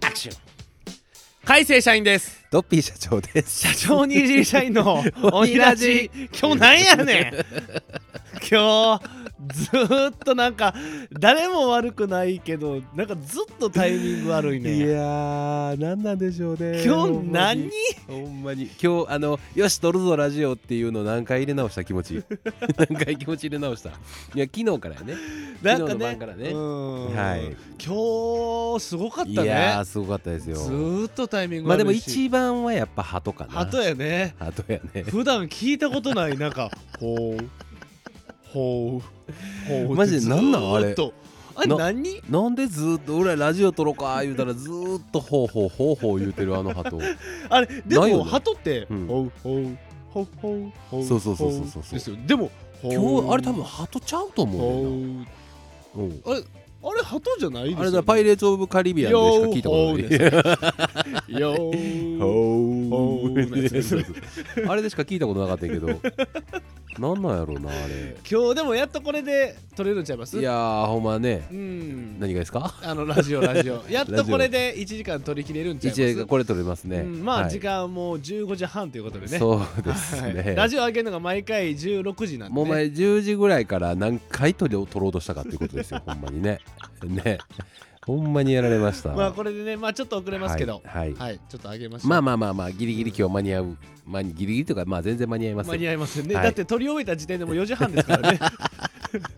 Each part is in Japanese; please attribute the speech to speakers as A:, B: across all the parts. A: 春改正社員です
B: ドッピー社長です
A: 社長にいじり社員の お
B: 鬼
A: に
B: ラ
A: ら
B: ジ
A: じ今日なんやねん今日ずーっとなんか誰も悪くないけどなんかずっとタイミング悪い
B: い
A: ね
B: やー何なんでしょうね
A: 今日何
B: ほんまに今日あのよし撮るぞラジオっていうの何回入れ直した気持 ち何回気持ち入れ直したいや昨日からやね
A: なんか
B: 昨日の
A: ね
B: 晩からね
A: うん
B: はい
A: 今日すごかっ
B: い
A: た
B: や
A: ね
B: ーすごかったです
A: ず
B: よ
A: ーっとタイミング悪いし
B: まあでも一番はやっぱ鳩かな
A: 鳩やね
B: 鳩やね
A: 普段聞いたことないなんか「ほうほうほう」
B: マジでなんなんあれ
A: ずーっとあれ
B: な
A: 何
B: なんでずーっと俺らラジオ撮ろうか言うたらずーっとほうほうほうほう言うてるあの鳩
A: あれで
B: ないよ
A: も
B: ね
A: 鳩って「
B: うん
A: ほうほうほうほうほ
B: そうそうそうそうそうそう
A: ですよでも
B: 今日あれ多分鳩ちゃうと思うねんな
A: 分
B: うん
A: あれ鳩じゃないですよ、
B: あれだパイレーツ・オブ・カリビアンでしか聞いたことない
A: ないよー
B: ほ
A: ほう のやつですね
B: うあれでしか聞いたことなかったん やけどなんなんやろうなあれ
A: 今日でもやっとこれで取れるんちゃいます
B: いやーほんまね
A: うん
B: 何がですか
A: あのラジオラジ オやっ
B: ラ
A: と
B: ジオ
A: これで1時間取り切れるんちゃいます
B: 一応これ取れますね、
A: うん、まあ
B: はい
A: 時間もう15時半ということでね
B: そうですね、
A: はいラジオ上げるのが毎回16時なんで、ね、
B: もう前10時ぐらいから何回取りを取ろうとしたかっていうことですよほんまにねねほんまにやられました
A: まあこれでねまあちょっと遅れますけど
B: はい、はい
A: はい、ちょっと上げましょう
B: まあまあまあまあギリギリ今日間に合う、まあ、ギリギリというかまあ全然間に合います
A: 間に
B: よ
A: 合いますよね、
B: はい
A: だって撮り終えた時点でもう4時半ですからね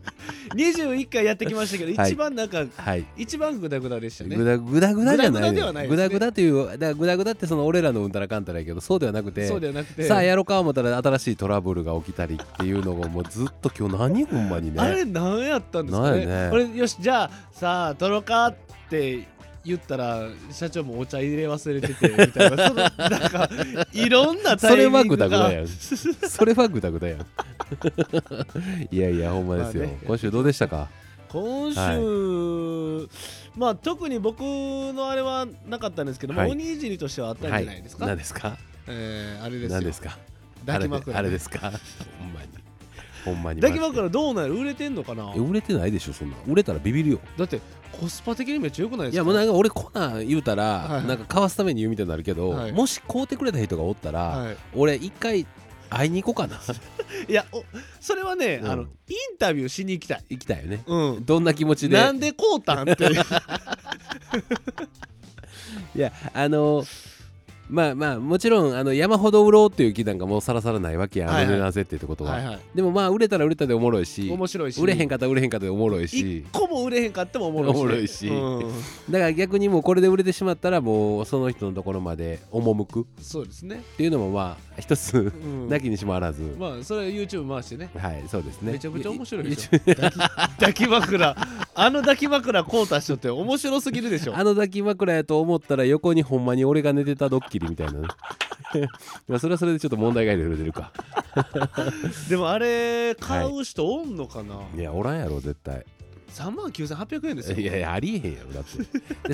A: 21回やってきましたけど、
B: はい
A: 一番なんか
B: はい
A: 一番グダグダでした
B: ぐ
A: ね
B: だぐだぐだじゃ
A: ぐだ
B: ない
A: ぐだではないですね
B: ぐだぐだというだからぐだぐだってその俺らのうんたらかんたらやけどそうではなくて
A: そうではなくて
B: さあやろうか思ったら新しいトラブルが起きたりっていうのをもうずっと今日何ほんまにね
A: あれ何やったんですかね
B: なんやね
A: これよしじゃあさあ撮ろうかって言ったら社長もお茶入れ忘れててみたいなそのなんかいろんなタ
B: そ
A: イミ
B: れ
A: ングが
B: はぐだぐだやんそれはぐだぐだやんいやいやほんまですよ、
A: まあね
B: 今週どうでしたか
A: 今週、まあ特に僕のあれはなかったんですけども、
B: はい
A: 鬼いじりとしてはあったんじゃないですか、
B: 何ですか
A: えーあれですよ
B: 何ですか
A: 抱き枕
B: あれであれですかほんまにほんまに
A: 抱き枕どうなる売れてんのかな
B: え売れてないでしょそんな売れたらビビるよ
A: だってコスパ的にめっちゃ良くないですか
B: いやもうなんか俺コナン言うたら、
A: はい
B: なんかかわすために言うみたいになるけど、
A: はい
B: もし買うてくれた人がおったら、
A: はい
B: 俺一回会いに行こうかな
A: いやおそれはね、
B: うん
A: あのインタビューしに行きたい
B: 行きたいよね
A: うん
B: どんな気持ちで
A: なんでこうたんって
B: いやあのまあまあもちろんあの山ほど売ろうっていう気なんかもうさらさらないわけや、
A: はいはい
B: あの値段設定ってこと は、
A: はいはい
B: でもまあ売れたら売れたでおもろいし
A: 面白いし
B: 売れへんかったら売れへんかったでおもろい
A: 一
B: し
A: 個も売れへんかってもおもろいし,、
B: おもろいし
A: う
B: だから逆にもうこれで売れてしまったらもうその人のところまで赴くっ
A: んそうですね、
B: ていうのもまあ一つ
A: うん
B: なきにしもあらず、
A: まあそれは YouTube 回してね
B: はいそうですね
A: めちゃくちゃ面白いで
B: い
A: しょ抱き抱き枕あの抱き枕こうた人って面白すぎるでしょ
B: あの抱き枕やと思ったら横にほんまに俺が寝てたドッキリみたいなね まあそれはそれでちょっと問題がいろいろ出るか
A: でもあれ買う人おんのかな、
B: いやおらんやろ絶対
A: 3万9800円ですよ
B: いやいやありえへんやろだってで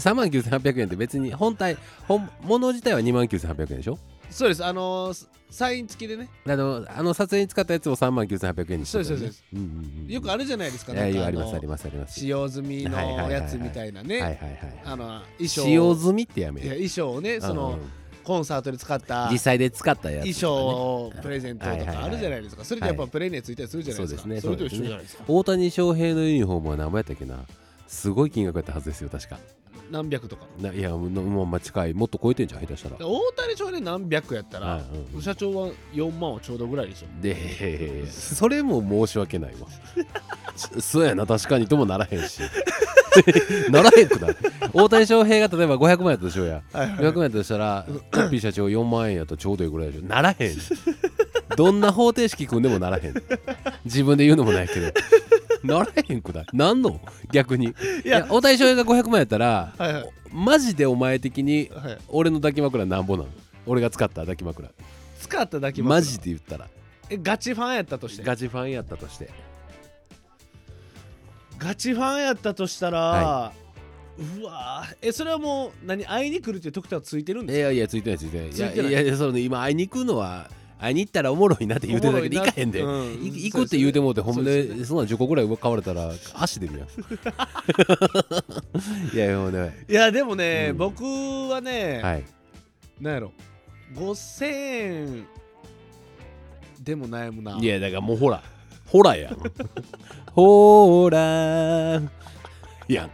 B: 3万9800円って別に本体本物自体は2万9800円でしょ
A: そうですあのーサイン付きでね
B: あのあの撮影に使ったやつを3万9800円にしてた
A: そうですそうです
B: うんうんうん
A: よくあるじゃないですか
B: い
A: な
B: や
A: ん
B: い
A: か
B: やあ
A: あ
B: りますあ
A: の
B: りますあります
A: 使用済み
B: はいはいはいは
A: の
B: い
A: やつみたいな
B: はいはい
A: ね
B: はい
A: あの衣装
B: 使用済みってやめ
A: いや
B: よ
A: 衣装をねそのコンサートで使った
B: 実際で使ったや
A: 衣
B: つ
A: 装をプレゼントと
B: はいはい
A: か
B: はい
A: あるじゃないですかそれでやっぱプレイについたりするじゃないですか
B: そうですね
A: それと
B: そ
A: 一緒
B: うですね
A: じゃないですか
B: 大谷翔平のユニフォームは何ぼやったっけなすごい金額やったはずですよ確か
A: 何百とか
B: ないやもうもうまあ近いもっと超えてんじゃん下手したら
A: 大谷翔平何百やったら、
B: うんうんうん
A: 社長は4万をちょうどぐらいでしょ
B: でそれも申し訳ないわ そそうやな確かにともならへんし ならへんくない大谷翔平が例えば500万やったとしようや
A: はいはい
B: 500万やったとし たらトッピー社長4万円やとちょうどいいぐらいでしょならへんどんな方程式組んでもならへん自分で言うのもないけどならへんくないなんの逆にい
A: や
B: や大谷翔平が500万やったら、
A: はいはい
B: マジでお前的に
A: はい
B: 俺の抱き枕なんぼなの俺が使った抱き枕
A: 使っただけ
B: マジで言ったら
A: えガチファンやったとしてガ
B: ガチファンやったとして
A: チファンやったとしたら、
B: は
A: うわーえそれはもう何会いに来るっていう特典はついてるん
B: い
A: です
B: やいやついてないついてない
A: ついてない
B: やややその今会いに行くのは会いに行ったらおもろいなって言うてるだけで行かへんで、
A: う
B: い行くって言うてもうてほん
A: そうですよ
B: でそんなん10個ぐらい買われたら足出るやん いやいやもうね
A: いやでもね、
B: うん
A: 僕はね、
B: はい
A: なんやろ5000円でもないもんない
B: やだからもうほらほらやんほーらーやん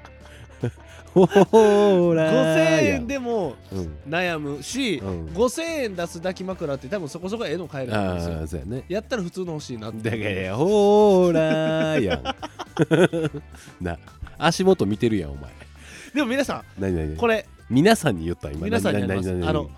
B: ほーら
A: 5000
B: ーやん
A: 円でも
B: うん
A: 悩むし、
B: うん
A: 5000円出す抱き枕って多分そこそこええの買えるんです
B: あ
A: よ
B: あそうやね
A: やったら普通の欲しいなって
B: だからほーらーやん な足元見てるやんお前
A: でも皆さ
B: 何何
A: ん
B: 何
A: これ
B: 皆さんに言った今
A: 皆さんにやります
B: 何何
A: あ
B: 何
A: の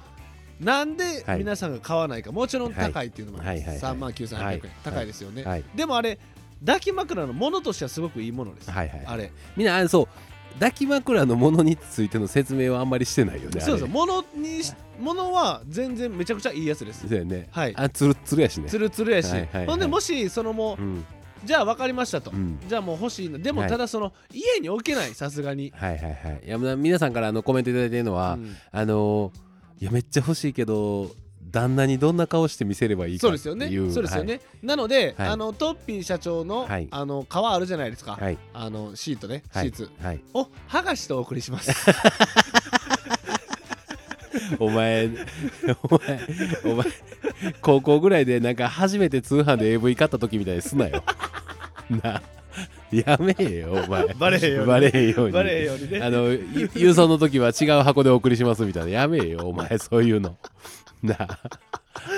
A: なんで
B: はい
A: 皆さんが買わないか、もちろん高いっていうのも
B: はいはいはい
A: 3万9800円、
B: はい
A: 高いですよね、
B: はい
A: でもあれ抱き枕のものとしてはすごくいいものです、
B: はいはい
A: あれ
B: みんなあそう抱き枕のものについての説明はあんまりしてないよね
A: そうです
B: あれ
A: ものにしものは全然めちゃくちゃいいやつです
B: そうやね
A: はい
B: あつるつるやしね
A: つるつるやし、
B: はいはいはい
A: ほんでもしそのもう、
B: うん
A: じゃあ分かりましたと、
B: うん
A: じゃあもう欲しいなでも
B: はい
A: ただその、家に置けないさすがに、
B: はいはいはいいやまあ皆さんからあのコメントいただいてるのは、
A: うん
B: あのーいやめっちゃ欲しいけど旦那にどんな顔して見せればいいか
A: そう
B: ってい
A: で
B: う
A: すよねそうですよね、なので、
B: はい
A: あのトッピー社長の、
B: はい
A: あの皮あるじゃないですか、
B: はい
A: あのシートね、
B: はい
A: シーツ
B: はい、はい、
A: を剥がしてお送りします
B: お前お前お前高校ぐらいでなんか初めて通販で AV 買った時みたいにすなよなやめえよお前
A: バレへんように
B: バレへんように
A: バレへんようにね
B: あのい郵送の時は違う箱でお送りしますみたいなやめえよお前そういうのなあ
A: だか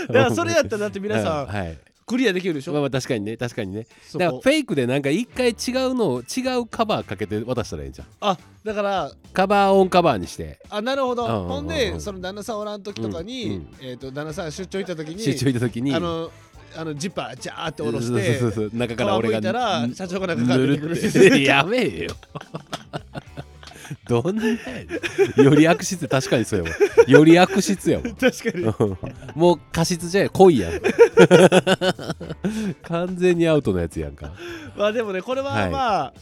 A: らそれやったらだって皆さん、
B: はい
A: クリアできるでしょ、
B: まあまあ確かにね確かにね
A: そ
B: だ
A: こ
B: からフェイクでなんか一回違うのを違うカバーかけて渡したらええんじゃん
A: あだから
B: カバーオンカバーにして
A: あなるほど、
B: うんうんうんうん
A: ほんでその旦那さんおらん時とかに、
B: うんうん
A: えー、と旦那さん出張行った時に
B: 出張行った時に
A: あのあのジッパージャーって下ろし
B: そう
A: て
B: そうそうそう中から俺
A: 皮むいた
B: が
A: ら社長が中から
B: ぬ
A: 出てく
B: る
A: る
B: ってやめえよどんなやねんより悪質確かにそうやわより悪質やわ
A: 確かに
B: うんもう過失じゃない濃いやん完全にアウトのやつやんか
A: まあでもねこれは
B: はい
A: まあ、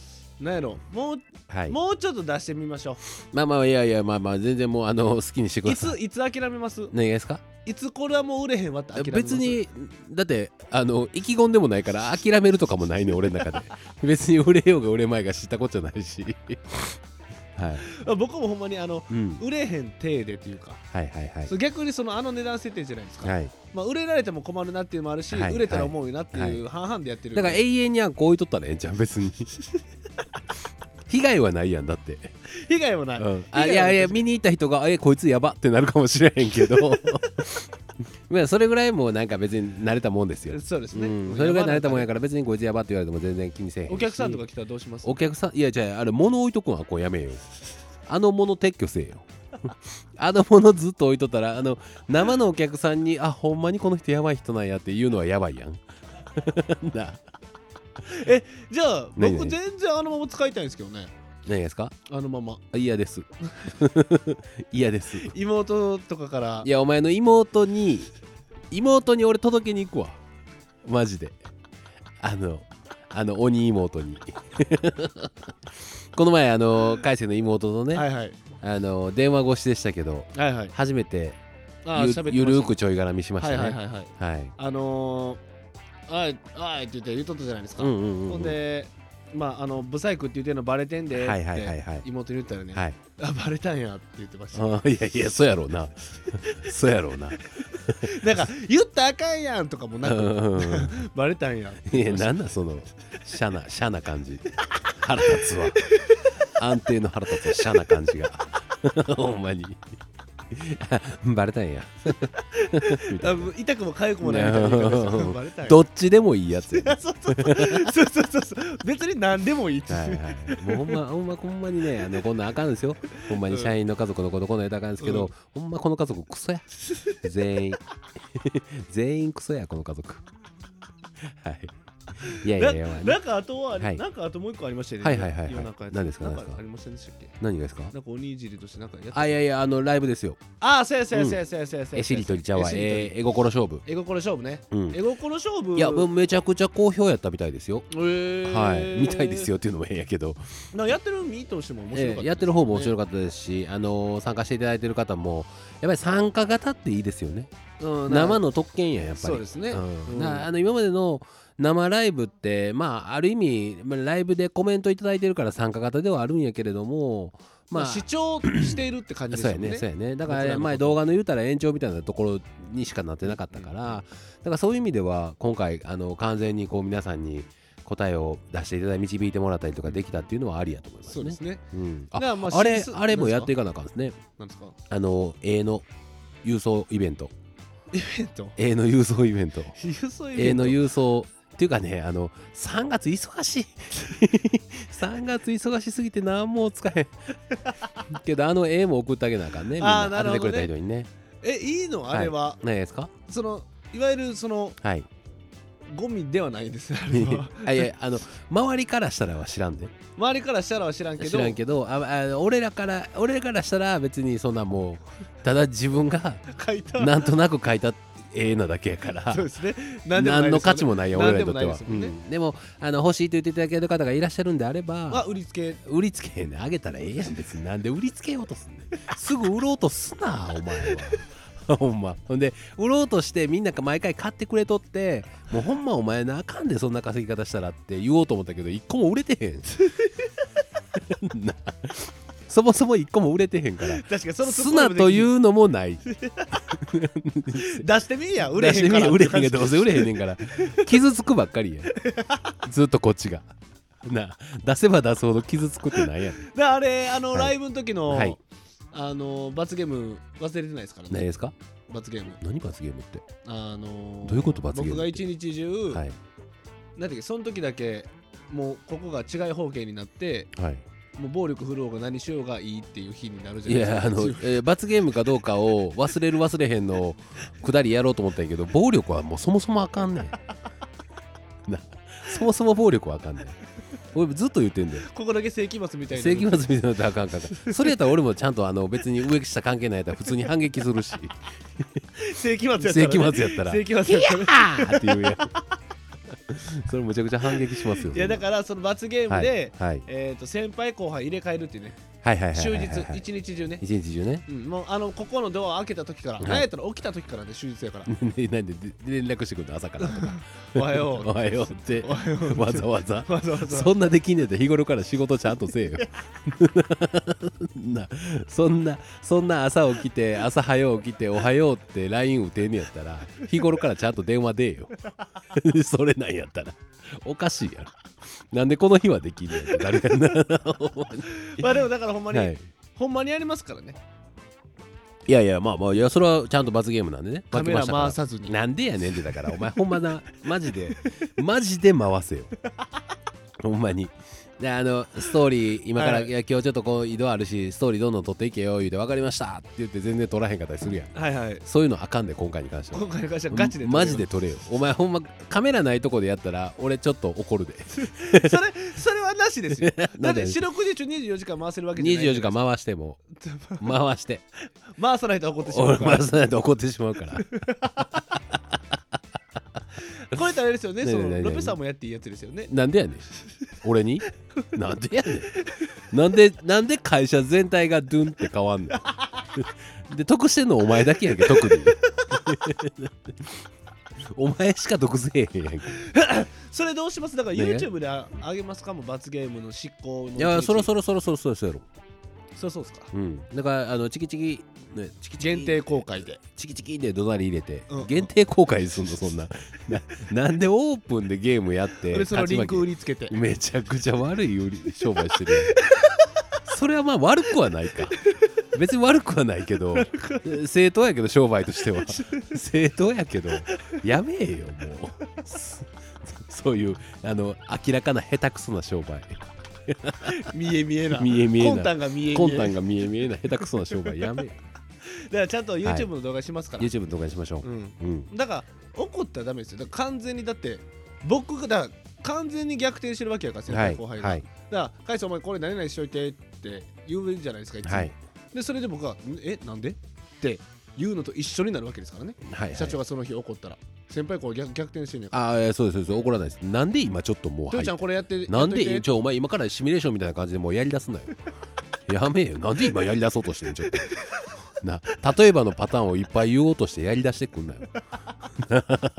A: なんやろもう
B: はい
A: もうちょっと出してみましょ
B: まあまあいやいやまあまあ全然もうあの好きにしてく
A: う
B: だ
A: い
B: さ
A: つ
B: い
A: いつ諦めます
B: 何がですか
A: いつこれはもう売れへんわって諦めます
B: 別にだってあの意気込んでもないから諦めるとかもないね俺の中で別に売れようが売れまいが知ったことじゃないしはい、
A: 僕もほんまにあの
B: うん、
A: 売れへん手でっていうか、
B: はいはいはい
A: そう逆にそのあの値段設定じゃないですか、
B: はい
A: まあ、売れられても困るなっていうのもあるし、
B: はい
A: 売れたら思うよなっていう半々でやってる
B: だから永遠にはこう言いとったらええんちゃう別 に被害はないやんだって、
A: 被害もない、
B: うん、
A: 被害は
B: あいやいや見に行った人が「えこいつやば」ってなるかもしれへん けどまあそれぐらいもうなんか別に慣れたもんですよ、
A: そうです
B: う
A: ね、
B: ん、それぐらい慣れたもんや
A: か
B: から別にこいつやばって言われても全然気にせえへんし
A: お客さんとか来たらどうします
B: お客さんいやじゃああれ物置いとくんはこうやめようあの物撤去せえよ あの物ずっと置いとったらあの生のお客さんにあほんまにこの人やばい人なんやって言うのはやばいやん な
A: じゃあ
B: 何
A: 僕
B: 何
A: 全然あのまま使いたいんですけどね
B: 何ですか
A: あのまま
B: あ嫌です 嫌ですい
A: 妹とかから
B: やお前の妹に妹に俺届けに行くわマジであのあの鬼妹に この前あの海星の妹とね、
A: はいはい
B: あの電話越しでしたけど
A: はいはい
B: 初めて
A: あー
B: ゆ
A: 喋ってました
B: ゆるーくちょい絡みしまし
A: はい
B: た
A: はい
B: ね
A: はいはい
B: はい
A: あのー、あいあいって言って言うとったじゃないですか、
B: うんうんうん
A: ほ
B: うんんは
A: でまああのブサイクって言ってんのバレてんでって、
B: はいはいはいはい
A: 妹に言ったらね、
B: い
A: あバレたんやって言ってました、
B: あい やいやそうやろうなそうやろうな
A: なんか言ったらあかんやんとかもな
B: う
A: く、
B: んうんうん
A: バレたんやって
B: い
A: 言って
B: や
A: ました
B: なんだそのシャなシャな感じ腹立つわ安定の腹立つわシャな感じが ほんまに バレたんやみた
A: あ
B: いな
A: もう痛くも痒くもないみたいな言い方ですよバレたんや
B: どっちでもいいやつやね
A: そうそうそうそうそうそう別に何でもいいって、
B: はいはい、もうほん ま、ほんま、ほんまにね、あの、こんなんあかんですよ。ほんまに社員の家族のこと、この枝あかんですけど、ほんまこの家族クソや。 全員。全員クソや、この家族。はい。いやいやいやまあね
A: なんかあとは、
B: はい
A: なんかあともう一個ありましたよね。
B: はいはいはいはい
A: 夜中やつ
B: 何ですか
A: なん
B: 何です
A: か
B: か
A: ありませんでしたっけ
B: 何がですか
A: なんかおにじりとしてなんかやっ
B: あいやいやあのライブですよ
A: ああ、そうやそうやそうやそうやそうやそうや。
B: えしりとりちゃうわ
A: えしりとり
B: えー絵心勝負
A: 絵心勝負ね。
B: うん
A: 絵心勝負。
B: いやもうめちゃくちゃ好評やったみたいですよ
A: えー
B: はいみたいです。よっていうのも変やけど
A: なんかやってるミートしても面白か
B: え
A: った、
B: ーやってる方も面白
A: か
B: かったですしあのー参加していただいてる方もやっぱり参加型っていいですよね
A: った。うん
B: 生の特権やんやっぱり
A: そうですね。
B: うん
A: うん
B: なあの今までの生ライブってまあある意味まあライブでコメントいただいてるから参加型ではあるんやけれども
A: ま
B: ま
A: あ
B: あ
A: 主張しているって感じで
B: そ
A: す
B: う
A: よ
B: や
A: ね。
B: ねそうやねだか
A: 僕ら
B: ら
A: の
B: 前
A: こと
B: 動画の言うたら延長みたいなところにしかなってなかったからだからそういう意味では今回あの完全にこう皆さんに答えを出していただい導いてもらったりとかできたっていうのはありやと思います
A: そうで
B: ね
A: す。ね。
B: うん
A: だか
B: あ
A: らま
B: あれあれもやってい
A: か。
B: かなあかんですね。
A: なんですか。
B: あの A の郵送イベント
A: えっと。
B: A の郵送イベント
A: 郵送イベ
B: 絵
A: ント
B: の郵送っていうかねあの3月 忙しい3月忙しすぎて何も使えんけどあの絵も送ってあげなあかんねみん
A: あ
B: な
A: ーなる
B: 当
A: ほ
B: てて
A: どね
B: くれた人にね
A: えいいのあれは、
B: 何ですか
A: そのいわゆるその
B: はい
A: ゴミではないんですねあれは
B: あいやあの周りからしたらは知らんで
A: 周りからしたらは知らんけど
B: 知らんけどああ俺らから俺らからしたら別にそんなもうただ自 分が
A: 書いた
B: なんとなく描いた絵なだけやから
A: そうですね
B: 何
A: でもないですよね
B: の価値もないよ俺らにとって
A: 何でもない
B: は
A: ですもんね
B: うんでもあの欲しいと言っていただける方がいらっしゃるんであれば
A: は売りつけ
B: 売りつけへんねんあげたらええやん別になんで売りつけようとすんねんすぐ売ろうとすなお前は ほんまほんで売ろうとしてみんなが毎回買ってくれとってもうほんまお前なあかんでそんな稼ぎ方したらって言おうと思ったけど一個も売れてへん なそもそも一個も売れてへんから
A: 確かにその
B: すなといううのもない
A: 出してみいや売れへんから
B: 出してみれ売れへ んけどどうせ売れへんねんから傷つくばっかりやずっとこっちがなあ出せば出すほど傷つくってなんやねん
A: であれあの、
B: はい
A: ライブの時の、
B: はい
A: あの罰ゲーム忘れてないですから
B: 何
A: ね
B: ですか
A: 罰ゲーム
B: 何罰ゲームって
A: あの
B: どういうこと罰ゲーム
A: 僕が一日中、
B: はい
A: なんていうかその時だけもうここが違い方形になって
B: はい、
A: もう暴力振るおうが何しようがいいっていう日になるじゃ
B: い
A: ないです
B: や
A: か
B: あの、
A: 強い
B: えー罰ゲームかどうかを忘れる忘れへんのくだりやろうと思ったんやけ ど暴力はもうそもそもあかんねんなそもそも暴力はあかんねん俺ずっと言ってんだよ
A: ここだけ世紀末みたいな
B: 世紀末みたいなのってあかんかんそれやったら俺もちゃんとあの別に上下関係ないやったら普通に反撃するし
A: 世紀末やった
B: 世
A: ら、ね、
B: 紀末やったら 「
A: 世紀末やったらね
B: あーっていうやんそれむちゃくちゃ反撃しますよ
A: いやだからその罰ゲームで、
B: はいはい
A: えー、と先輩後輩入れ替えるっていうね
B: はいはいはいはい
A: 終
B: はい
A: 日
B: はい
A: 一日中ね、
B: 一日中ね
A: うん、もうあのここのドア開けた時から、
B: はい
A: なんやったら起きた時 からね終日やから
B: でなんでで連絡してくるの朝からとか
A: おはよう
B: おはようって
A: おはよう
B: わざわざ
A: わざわざ
B: そんなできんねえと日頃から仕事ちゃんとせえよなそんなそんな朝起きて朝早起きておはようって LINE 打てんねやったら日頃からちゃんと電話出えよ それなんやったらおかしいやろなんでこの日はできんねやって誰かな
A: まあでもだからほんまに、
B: はい
A: ほんまにやりますからね
B: いやいやまあまあいやそれはちゃんと罰ゲームなんでね
A: カメラ回
B: 負けまし
A: さ
B: た
A: ず
B: から
A: に
B: なんでやねんってだからお前ほんまなマジでマジで回せよ ほんまにであのストーリー今から、
A: はい
B: い、や今日ちょっとこう移動あるしストーリーどんどん撮っていけよ言うて分かりましたって言って全然撮らへんかったりするやん
A: はいはい
B: そういうのあかんで今回に関しては
A: 今回の会社ガチで
B: マジで撮れよお前ほんまカメラないとこでやったら俺ちょっと怒るで
A: それそれはなしですよだ
B: な
A: っ
B: んで
A: て四六時中24時間回せるわけじゃない
B: 24時間回し ても回して
A: 回さないと怒ってしま
B: 俺
A: うから
B: 回さないと怒ってしまうから
A: これってあれですよね
B: ねえ
A: そ
B: ね
A: の
B: えねえねえ
A: ロペさんもやっていいやつですよね
B: なんでやねん俺になんでやねんなんでなんで会社全体がドゥンって変わんので得してんのお前だけやんけ特にお前しか得せえへんやんけ
A: それどうしますだから
B: ねえ
A: YouTube でああげますかもう罰ゲームの執行の
B: いやそろそ
A: ろ
B: ろそろそろそろそろ
A: そろそうですか
B: うんだからあのチキチキ、ね、チキチキ
A: 限定公開で
B: チキチキで怒鳴り入れて、
A: うん
B: 限定公開すんのそんなななんでオープンでゲームやって
A: 俺その
B: 勝ち
A: リ
B: 負
A: ン
B: け
A: ク売りつけて
B: めちゃくちゃ悪い売り商売してるやんそれはまあ悪くはないか別に悪くはないけど正当やけど商売としては正当やけどやめえよもうそそういうあの明らかな下手くそな商売
A: 見え見えな
B: 見え見え
A: 魂
B: な
A: 胆が見え見え
B: 魂胆が見え見えない下手くそな商売やめえよ
A: だからちゃんと YouTube の動画しますから、
B: YouTube の動画にしましょ
A: うん
B: う、うん、
A: だから怒ったらダメですよだから完全にだって僕がだから完全に逆転してるわけやから先
B: は
A: 輩
B: い
A: 後輩が、
B: はい
A: だから「海さんお前これ何々しといて」って言うじゃないですかいつも、
B: はい
A: でそれで僕が「んえなんで?」って言うのと一緒になるわけですからね、
B: はい
A: 社長がその日怒ったら先輩こう逆逆転してんねんから
B: ああそうですそうです怒らないですなんで今ちょっともう
A: 「父
B: 入っ
A: ちゃんこれやって」
B: なん
A: やっとい
B: で
A: て
B: ちょお前今からシミュレーションみたいな感じでもうやりだすな よやめよなんで今やりだそうとしてんのちょっとな例えばのパターンをいっぱい言おうとしてやりだしてくんなよ
A: だか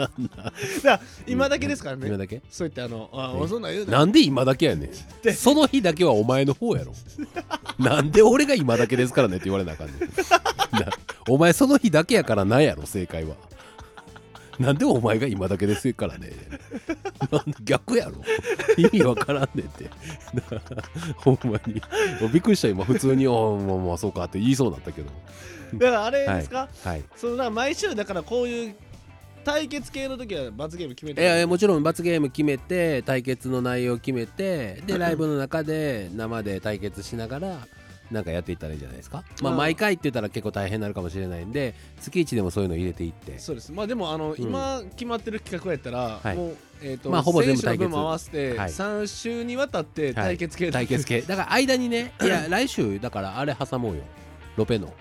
A: ら今だけですからね、
B: 今だけ
A: そう言ってあの「あ
B: ね
A: あそんなん言うな」
B: なんで今だけやねんその日だけはお前の 方やろなんで俺が今だけですからねって言われなあかんねんなお前その日だけやからなんやろ正解はなんでお前が今だけですからねなんで逆やろ意味わからんねんってなほんまにもうびっくりした今普通に「おまあまあそうか」って言いそうになったけど
A: だからあれですか、
B: はい
A: そのな毎週だからこういう対決系の時は罰ゲーム決め
B: い
A: て
B: やいやもちろん罰ゲーム決めて対決の内容決めてでライブの中で生で対決しながらなんかやっていったらいいんじゃないですか、まあ、
A: うん
B: 毎回って言ったら結構大変になるかもしれないんで月一でもそういうの入れていって
A: そうですまあでもあの、今決まってる企画やったら、
B: はい
A: もうえっ、と、
B: まあほぼ全部
A: 選手の分
B: 対決
A: も合わせて
B: はい
A: 3週にわたって対決系、
B: 対決系だから間にねいや来週だからあれ挟もうよロペの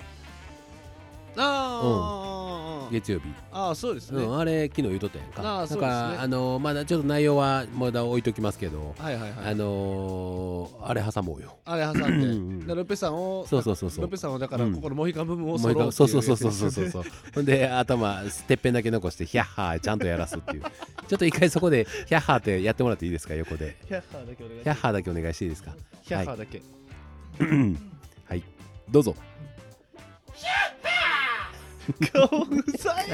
A: あー、
B: 月曜日、
A: ああそうです
B: う
A: ね、
B: ん、あれ昨日言うとったやんか
A: あー
B: だ
A: そう
B: か
A: ですね
B: らあのまだちょっと内容はまだ置いときますけど
A: はいはいは
B: あ
A: い
B: のーあれ挟もうよ
A: あれ挟
B: うんうん
A: んででロペさんを
B: そうそうそうそう
A: ロペさんをだから
B: うん
A: ここのモヒカン部分を
B: もう
A: 揃
B: 一
A: う
B: 回
A: って
B: そ
A: いう
B: そうそうそう
A: やつ
B: そ
A: です
B: うそう
A: ね
B: そうほんで頭てっぺんだけ残してヒャッハーちゃんとやらすっていう ちょっと一回そこでヒャッハーってやってもらっていいですか横で
A: ヒャッハーだけお願いし
B: ヒャッ
A: ます
B: ハーだけお願いしていいですか
A: ヒャッハーだけ
B: はいどうぞ
A: 顔うざい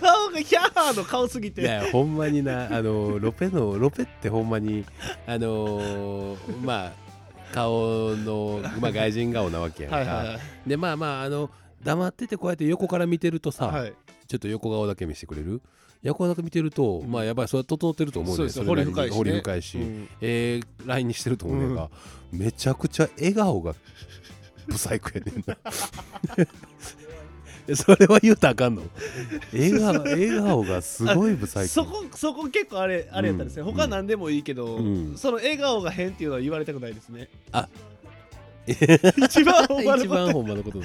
A: 顔がヒャッハーの顔すぎ
B: い
A: て
B: やほんまになあのロペのロペってほんまにあのーまあ顔の、まあ、外人顔なわけやんか
A: はいはいはい
B: でまあまああの黙っててこうやって横から見てるとさ、
A: はい
B: ちょっと横顔だけ見せてくれる横顔だけ見てると、まあやっぱりそれは整ってると思う
A: そうで
B: ね
A: す
B: それなりに
A: 彫り深いしね
B: 彫り深いし、
A: うん
B: えー、LINE にしてると思うねんが、めちゃくちゃ笑顔が不細工やねんな えそれは言うたらあかんの笑顔笑顔がすごい不細工
A: そこそこ結構あれあれやったんですね、
B: うん
A: 他何でもいいけど、
B: うん
A: その笑顔が変っていうのは言われたくないですね
B: あ
A: 一番終わ
B: 一
A: るこ
B: 番ほんまのことだ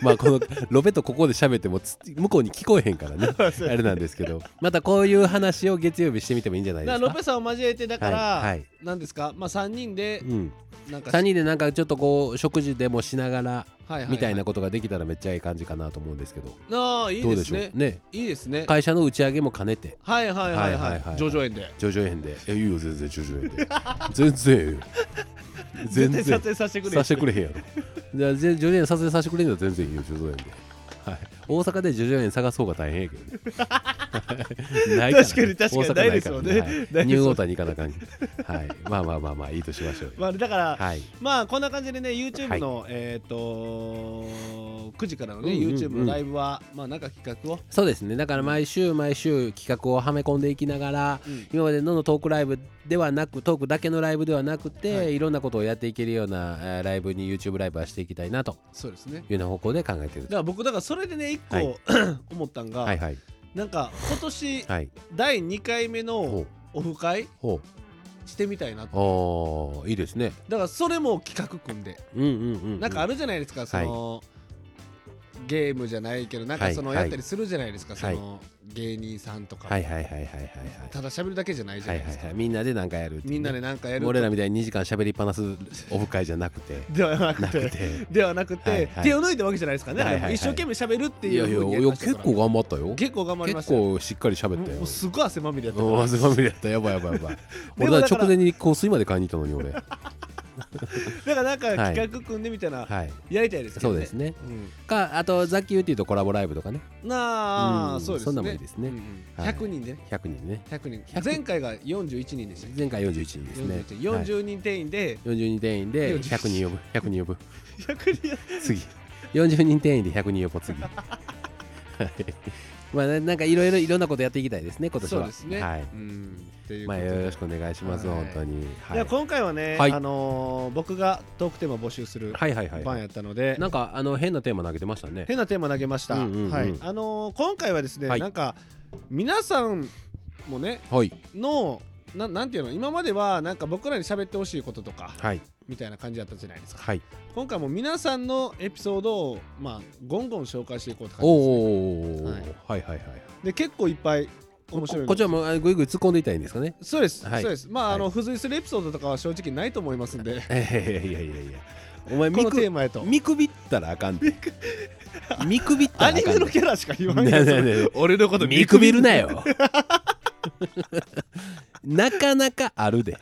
B: まあこのロベとここで喋ってもつ向こうに聞こえへんからね あれなんですけどまたこういう話を月曜日してみてもいいんじゃな
A: と
B: いで
A: な
B: す
A: ロ
B: か
A: ペさんを交えてだから、
B: はいはい
A: なんですかまあ3人で
B: うん、
A: なんか
B: 3人でなんかちょっとこう食事でもしながら
A: はいは
B: みたいなことができたらめっちゃいい感じかなと思うんですけど、
A: ああいい
B: どう
A: で
B: ですしょ
A: ね
B: うね
A: いいですね
B: 会社の打ち上げも兼ねて
A: はいはいはい
B: はいは
A: はいい
B: はい
A: 上々園で
B: 徐々編でいやいいよ全然徐々編で全然ええよ全然
A: 絶対撮影させてくれ
B: させてくれへんやろじゃあぜ徐々編撮影させてくれんのは全然いいよ徐々編で、はい、大阪で徐々編探す方が大変やけどね ないら
A: 確かに確かに
B: 大阪
A: ないですよね
B: から
A: ないですよ
B: はい、ニューオータニ行かなあかんけど、はい、まあまあまあまあいいとしましょうよ、
A: まあだから、
B: はい
A: まあこんな感じでね YouTube の、えっ、と9時からのね、
B: うんうんうん
A: YouTube のライブはまあなんか企画を、
B: そうですねだから毎週毎週企画をはめ込んでいきながら、今までののトークライブではなくトークだけのライブではなくて、、
A: はい
B: ろんなことをやっていけるようなえーライブに YouTube ライブはしていきたいなと
A: そうですね
B: いうような方向で考えてる
A: だから僕だからそれでね一個、
B: はい
A: 思ったんが、
B: はいはい
A: なんか今年
B: はい
A: 第2回目
B: ほ
A: の
B: う
A: オフ会
B: ほ
A: してみたいな
B: うおーいいですね
A: だからそれも企画組んで
B: うんうんうん、
A: なんかあるじゃないですかその、ゲームじゃないけどなん
B: は
A: か
B: い
A: その
B: はい
A: やったりするじゃないですか、
B: はい
A: その芸人さんとか、
B: はいはいはいはいはいはい
A: ただ喋るだけじゃないじゃ
B: は
A: ないいで
B: はい
A: すか、
B: はいみんなでなんかやるっていうね
A: みんなでなんかやる
B: 俺らみたいに2時間喋りっぱなすオフ会じゃ なくて
A: ではな
B: な
A: く
B: く
A: て
B: て
A: ではなくて、
B: はいはい
A: 手を抜いたわけじゃないですかね、
B: はいはいはい
A: 一生懸命喋るって
B: い
A: い
B: や
A: う
B: い
A: ふ
B: や
A: うにや
B: い
A: り
B: や
A: ました
B: 結
A: から
B: 構頑張ったよ
A: 結構頑張りまし
B: 結
A: たよ
B: 構しっかり喋った
A: も
B: よ
A: うすごい汗まみれやったから
B: お汗まみれやったやばいやばいやば い
A: で
B: 俺
A: も
B: だ
A: だから
B: から直前に香水まで買いに行ったのに俺
A: だからなんか
B: はい
A: 企画組んでみたら
B: はい
A: やりたいですけ
B: そ
A: ど
B: う
A: ね、
B: ですね
A: うん
B: かあとザッキーユーティーとコラボライブとかね
A: なあ、
B: うん
A: そうですね。
B: そんなんもいいですね
A: うんうん
B: はい
A: 100人でね、
B: 100人ね
A: 100人。
B: 100
A: 前回が41人でしたっ
B: 前回41人で
A: け。
B: すね
A: 41
B: 40
A: 40人定員で
B: 人定員で
A: 41
B: 100人呼ぶ100人呼ぶ
A: 100人や
B: 次40人定員で100人呼 ぶ次はいまあななんかいろいろいろんなことやっていきたいですね今年は
A: そうですね。
B: はい
A: うん。っていう
B: ま
A: こ
B: あ
A: とで
B: よろしくお願いします
A: はい
B: 本当にはいい
A: や今回はね、
B: はい
A: あのー僕がトークテーマ募集する
B: はいはいはい
A: 番
B: は
A: や
B: い
A: ったので、
B: なんかあの変なテーマ投げてましたね
A: 変なテーマ投げました。
B: うんうんうん
A: はい。あのー今回はですね、
B: はい
A: なんか皆さんもね
B: はい
A: のななんていうの今まではなんか僕らに喋ってほしいこととか
B: はい
A: みたいな感じだったじゃないですか
B: はい
A: 今回も皆さんのエピソードをまあゴンゴン紹介していこうって感じです、ね、
B: おお、
A: はい
B: はいはいはい
A: で結構いっぱい面白いの
B: ここっちはもうあぐいぐい突っ込んでいたいんですかね
A: そうです、
B: はい
A: そうですまあ,、あの
B: は
A: 付随するエピソードとかは正直ないと思いますんで
B: いやいやいやいやいや お前
A: こ
B: 見
A: のテー
B: く
A: マへと
B: 見くびったらあかんで見くびったら
A: ア
B: あかん
A: ニ
B: で
A: メのキャラしか言わん
B: ね
A: や
B: え
A: つ
B: ねえねえ
C: 俺のこと
B: 見くびるなよ なかなかあるで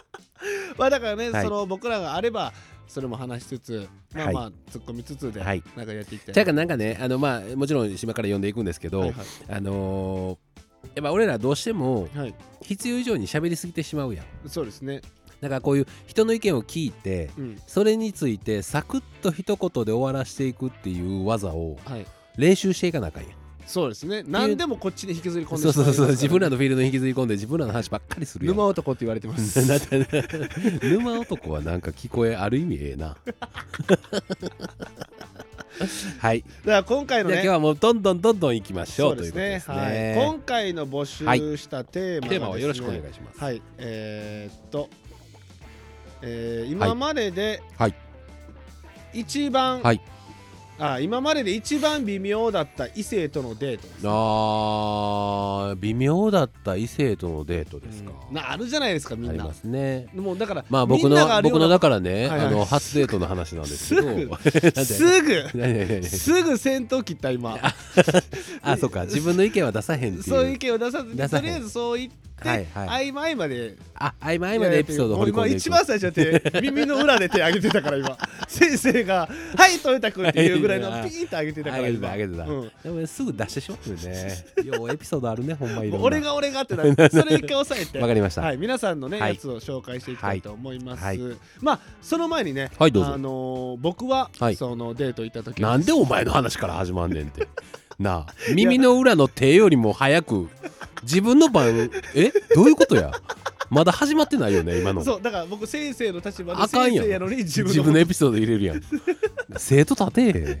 A: まあだからね、
B: はい
A: その僕らがあればそれも話しつつまあまあ、突っ込みつつで、
B: はい
A: なんかやっていきたい
B: じゃあなんかねあのまあもちろん島から呼んでいくんですけど、
A: はいはい
B: あのーやっぱ俺らどうしても
A: はい、
B: 必要以上に喋りすぎてしまうやん
A: そうですね
B: だからこういう人の意見を聞いて
A: うん
B: それについてサクッと一言で終わらしていくっていう技を
A: はい
B: 練習していかなあかんやん
A: そうですね何でもこっちに引きずり込ん
B: そ
A: で
B: う
A: し
B: そ
A: ま
B: うそう自分ら
A: の
B: のフィールドに引きずり込んで自分らの話ばっかりするやん
A: 沼男って言われてます
B: なんかね 沼男はなんか聞こえある意味ええ なはい、
A: だから今回
B: じゃ
A: の
B: あ今
A: ね
B: 日はもうどんどんどんどんいきましょ
A: そう
B: うと
A: で
B: いう
A: す
B: こと
A: ね
B: ですね
A: はい、今回の募集したテーマがですね、
B: テーマをよろしくお願いします
A: はいえー、っと、えー、今までで
B: はい
A: 一番、
B: はい
A: あ今までで一番微妙だった異性とのデートです
B: あー微妙だった異性とのデートですか、
A: うんなあるじゃないですかみ
B: あ
A: ん
B: り
A: な
B: ますね
A: もうだから
B: まあ僕
A: みんなが
B: の
A: あるよ
B: 僕
A: うな
B: のだからね、
A: はいはい
B: あの初デートの話なん ですけどなん
A: すぐ
B: で何 何何
A: すぐ戦闘切った今
B: あそうか自分の意見は出さへんっていう
A: そういう意見を出さずに
B: 出さへ
A: と
B: ん
A: りあえずそう言って、
B: はいは
A: 曖昧まで
B: あ合間合間でエピソードを掘り込んでいく
A: 俺今一番最初やって耳の裏で手上げてた から今先生が「はい豊田君」っていうぐらいのピーンと上げてたか
B: あ
A: ら
B: げて
A: 今
B: たあげてた、
A: うん
B: でもすぐ出してしまってるねようエピソードある ねほんまいろんな
A: 俺が俺がってなってそれ一回抑えて
B: わかりました
A: はい皆さんのね
B: はい
A: やつを紹介していきたいと思います
B: はい
A: まあその前にね
B: は
A: あ
B: いどうぞ
A: のー僕は
B: はい
A: そのデート行った時
B: なんでお前の話から始まんねんって なあ耳の裏の手よりも早く自分の番えどういうことやまだ始まってないよね今の
A: そうだから僕先生の立場で
B: あかん
A: 先
B: やん
A: 生やのに自
B: 自
A: 分の
B: 分のエピソード入 れるやん生徒立て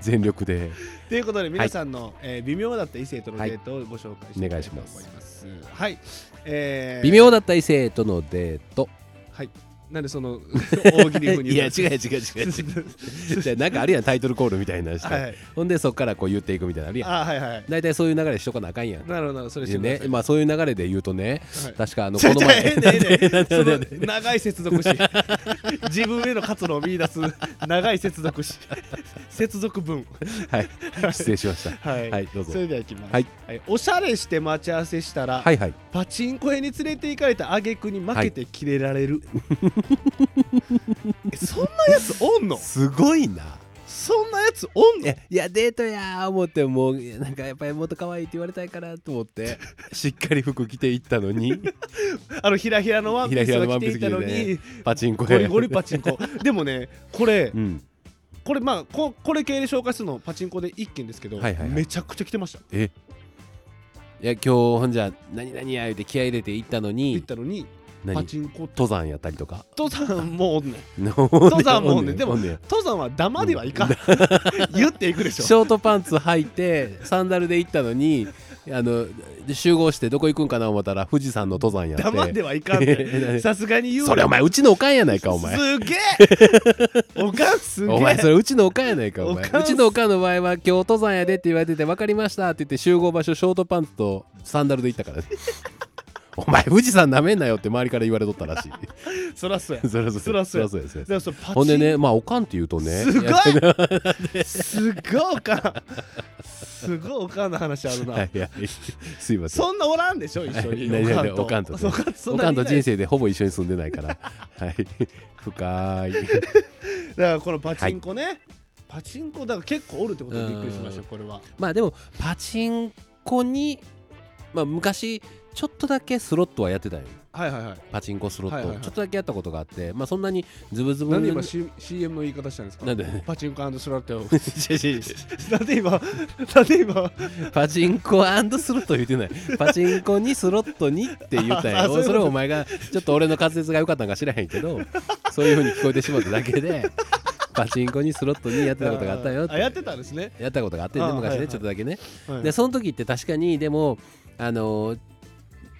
B: 全力で
A: ということで皆さんの、えー微妙だった異性とのデートをご紹介していきたいと思います。はい。えー
B: 微妙だった異性とのデート
A: はい。なんでそ の大喜利風に
B: いや
A: 言
B: 違
A: う
B: う違う違う違うじゃあなんかあるやんタイトルコールみたいなのし て、
A: はいはい。
B: ほんでそっからこう言っていくみたいなのあるやん
A: あはいはい。
B: 大体そういう流れしとかなあかんやん。
A: なるほどなるほどそれして
B: で
A: くだ
B: ね
A: さい。
B: まあ、そういう流れで言うとね、
A: はい
B: 確かあの
A: ち
B: こ
A: ょ
B: の
A: ちょ
B: 前
A: ええねええね
B: なんでなんで
A: その長い接続詞自分への活動を見出す長い接続詞接続文
B: はい、失礼しました。
A: はい、
B: はい、どう
A: そ
B: ぞ。
A: れではいきます、
B: はい
A: おしゃれして待ち合わせしたら、
B: はいはい。
A: パチンコ屋に連れて行かれた挙句に負けてキレられる、えそんなやつおんの
B: すごいな。
A: そんなやつおん
B: い
A: の
B: やいやデートやー思ってもういやなんかやっぱりもっと可愛いって言われたいからと思 ってしっかり服着ていったのに
A: あのひらひらのワンピースが着ていたの
B: ひらひらのワンピー
A: に
B: パチンコ
A: ゴ
B: で
A: リゴリパチンコでもねこれ
B: うん
A: これまあここれ系で紹介するのパチンコで一件ですけど
B: はいはいはい
A: めちゃくちゃ来てました
B: えいや今日ほんじゃ何々や言うて気合い入れて行ったの
A: 行っ
B: に
A: たのにパ
B: 何
A: チンコと
B: 登山やったりとか
A: 登山も おんねん
B: 登
A: 山もねでも
B: ね
A: 登山はダマではいかん 言っていくでし
B: シ
A: ょ
B: ョートパンツ履いてサンダルで行ったのにあの集合してどこ行くんかな思ったら富士山の登山やって
A: 黙ってはいかん ってさすがに言うわ
B: それお前うちのおかんやないかお前
A: す げえおかんすげえ
B: お前それうちのおかんやないかお前
A: おかん
B: うちのおかんの場合は今日登山やでって言われてて分かりましたって言って集合場所ショートパンツとサンダルで行っ たからねお前富士山なめんなよって周りから言われとったらしい
A: そらそうや
B: そりゃそうや
A: そら
B: そりゃそうや
A: でもそのパチン
B: ほんでねまあおかんって言うとね
A: すごい
B: やっぱりね
A: すごいおかんすごいおかんの話あるな、
B: はいはいすいません
A: そんなおらんでしょ一緒に、
B: はい
A: おかんと
B: おかんとね
A: おかんそ
B: お
A: んな
B: かんと人
A: 生
B: 生でほぼ一緒に住んでないからはい 深い
A: だからこのパチンコね、パチンコだから結構おるってことでびっくりしましたよこれは
B: まあでもパチンコにまあ昔ちょっとだけスロットはやってたよ
A: はいはいはい
B: パチンコスロット、
A: はいはいはい
B: ちょっとだけやったことがあってまあそんなにズブズブ
A: なんで今、C、CM の言い方したんですか
B: なんで
A: パチンコスロット
B: 違
A: なんで今 なんで今
B: う違 うパチンコスロット言ってないパチンコにスロットにって言ったんや
A: あ
B: そ
A: そういうこと
B: それをお前がちょっと俺の滑舌が良かったんか知らへんけどそういうふうに聞こえてしまっただけでパチンコにスロットにやってたことがあったよって
A: あやってたんですね、
B: やったことがあってね
A: あー
B: 昔
A: は
B: ね、
A: いはい
B: ちょっとだけね
A: はい
B: でその時って確かにでもあのー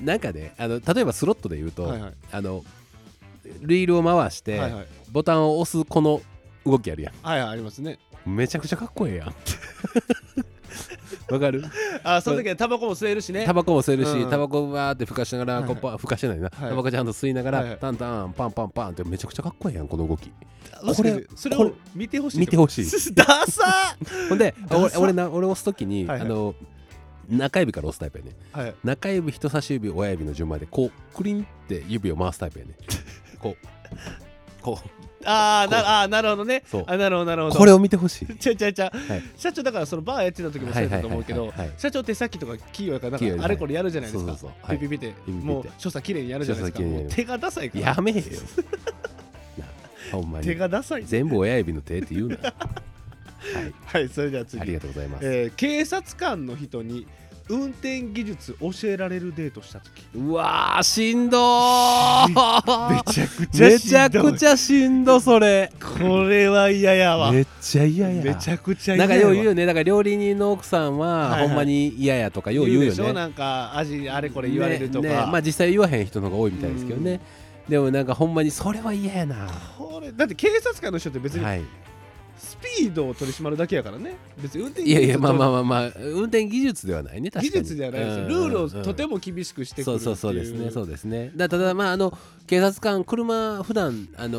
B: なんかねあの例えばスロットで言うと、
D: はいはい
B: あのリールを回して、
D: はいはい
B: ボタンを押すこの動きあるや
D: はいはいありますね
B: んめちゃくちゃかっこええやん わかる
D: あその時はタバコも吸えるしね
B: タバコも吸えるし、
D: うん
B: タバコをバーってふかしながら、
D: はいはい
B: こうパンふかしてないな、
D: はい
B: タバコちゃんと吸いながら、
D: はいはい
B: タンタンパンパンパンってめちゃくちゃかっこええやんこの動き
D: もしかして
B: これ
D: それ
B: こ
D: を
B: れ
D: 見てほしい
B: 見てほしい
A: ダサ
B: ほんで
D: ダサ
B: 俺俺な俺押す時に、
D: はいはい
B: あの中指から押すタイプやね
D: はいはい
B: 中指人差し指親指の順番でこうクリンって指を回すタ イプやねこうこう
A: あーなあーなるほどね
B: そう
A: あなるほどなるほど
B: これを見てほしい
A: ちゃうちゃうちゃう、
B: はい
A: 社長だからそのバーやってた時もそうだと思うけど
B: はいはいはいはい
A: 社長手先とか器用やからな
B: 器用
A: ん
B: です
A: かあれこれやるじゃないですか
B: そうそうそうはい
A: ピピピって
B: ピピ
A: も
B: ピ
A: う
B: っ
A: 所作綺麗にやるじゃないですか
B: 所作綺麗にや
A: も
B: る
A: う手がダサいから
B: やめへんよなほんま
A: 手
B: に
A: がダサい
B: 全部親指の手って言うな は
A: は
B: い
A: いそれでは
B: あ
A: 次
B: りがとうございます、
A: えー警察官の人に運転技術教えられるデートした時
B: うわーしんど ー
A: めちゃくちゃ
B: め
A: しん
B: ちゃ
A: どい
B: くちゃしんどそれ
A: これは嫌やわ
B: めっちゃ嫌や
A: めちゃくちゃ
B: な
A: 嫌
B: んかよう言う
A: やわ
B: よねだから料理人の奥さんは
A: はいはい
B: ほんまに嫌やとかよう
A: 言う
B: 言う
A: で
B: よ
A: しょ
B: ね
A: なんか味あれこれ言われるとか、
B: ねねまあ実際言わへん人の方が多いみたいですけどねでもなんかほんまにそれは嫌やな
A: これだって警察官の人って別に
B: はい
A: スピードを取り締まるだけやからね別に運転技
B: いや
A: 術
B: いやまあまあまあまあ運転技術ではないね確か
A: 技
B: に
A: 術ではないですよ、ルールをとて
B: も
A: も厳しくしてくる
B: そう
A: ってい
B: そううそうですねそうですねだただまああの警察官車普段あ の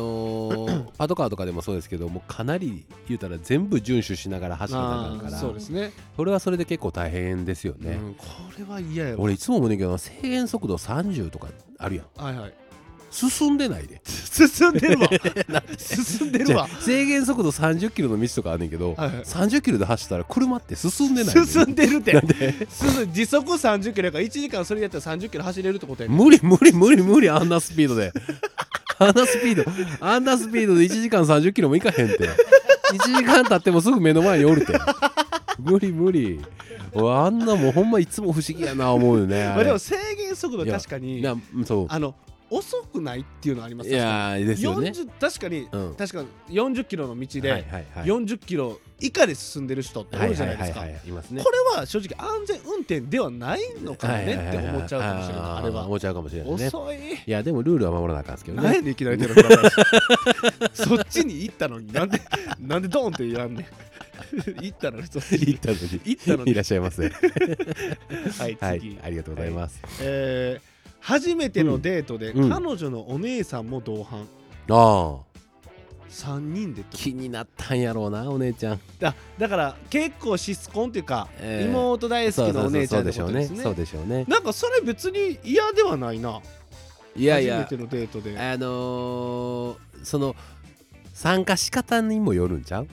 B: ーパトカーとかでもそうですけどもうかなり言うたら全部遵守しながら走らなあかん
A: あ
B: か
A: ー
B: ら
A: そうですね
B: それはそれで結構大変ですよね、
A: うんこれは嫌やわ
B: 俺いつも思うねんけどな制限速度30とかあるやん
A: はいはい
B: 進んでないで
A: 進んで るわ進んでるわ
B: じゃあ制限速度30キロの道とかあんねんけど、
A: はいはい
B: 30キロで走ったら車って進んでないねん
A: 進んでるって
B: なんで
A: 進時速30キロやから1時間それやったら30キロ走れるってことやね
B: 無理無理無理無理あんなスピードであんなスピードあんなスピードで1時間30キロもいかへんって1時間経ってもすぐ目の前におるて無理無理俺あんなもうほんまいつも不思議やな思うよねあれ
A: まあでも制限速度
B: いや
A: 確かに
B: なそ
A: あの遅くないっていうのはありま
B: う
A: す
B: いやーですよね
A: 40確かに、
B: うん
A: 確か40キロの道
B: はい
A: で
B: はいはい
A: 40キロ以下で進んでる人っておるじゃないですか、
B: はははいはいいますね
A: これは正直安全運転ではないのかもねって思っちゃうかもしれない、あれは
B: 思っちゃうかもしれないね
A: 遅い、
B: いやでもルールは守らなあかんですけど
A: 何
B: ね
A: やねんいきなり手のひら返しそっちに行ったの になん でなんでドーンって言わんねん 行ったのにそっち
B: 行
A: に
B: ったのに
A: 行ったのに
B: いらっしゃいませ
A: はい次、
B: はいありがとうございます
A: えー初めてのデートで、
B: うん
A: 彼女のお姉さんも同伴
B: ああ
A: 3人でってこ
B: 気になったんやろうなお姉ちゃん
A: とだだから結構シスコンっていうか、
B: えー
A: 妹大好
B: そ
A: き
B: う
A: なお
B: そうそう
A: 姉ちゃ
B: そ
A: ん
B: う
A: ってこ
B: でしょ
A: と
B: う
A: で
B: ね
A: すね
B: そうでしょうね
A: なんかそれ別に嫌ではないない
B: やい
A: 初
B: や
A: めてのデートで
B: あのーその参加仕方にもよるんちゃう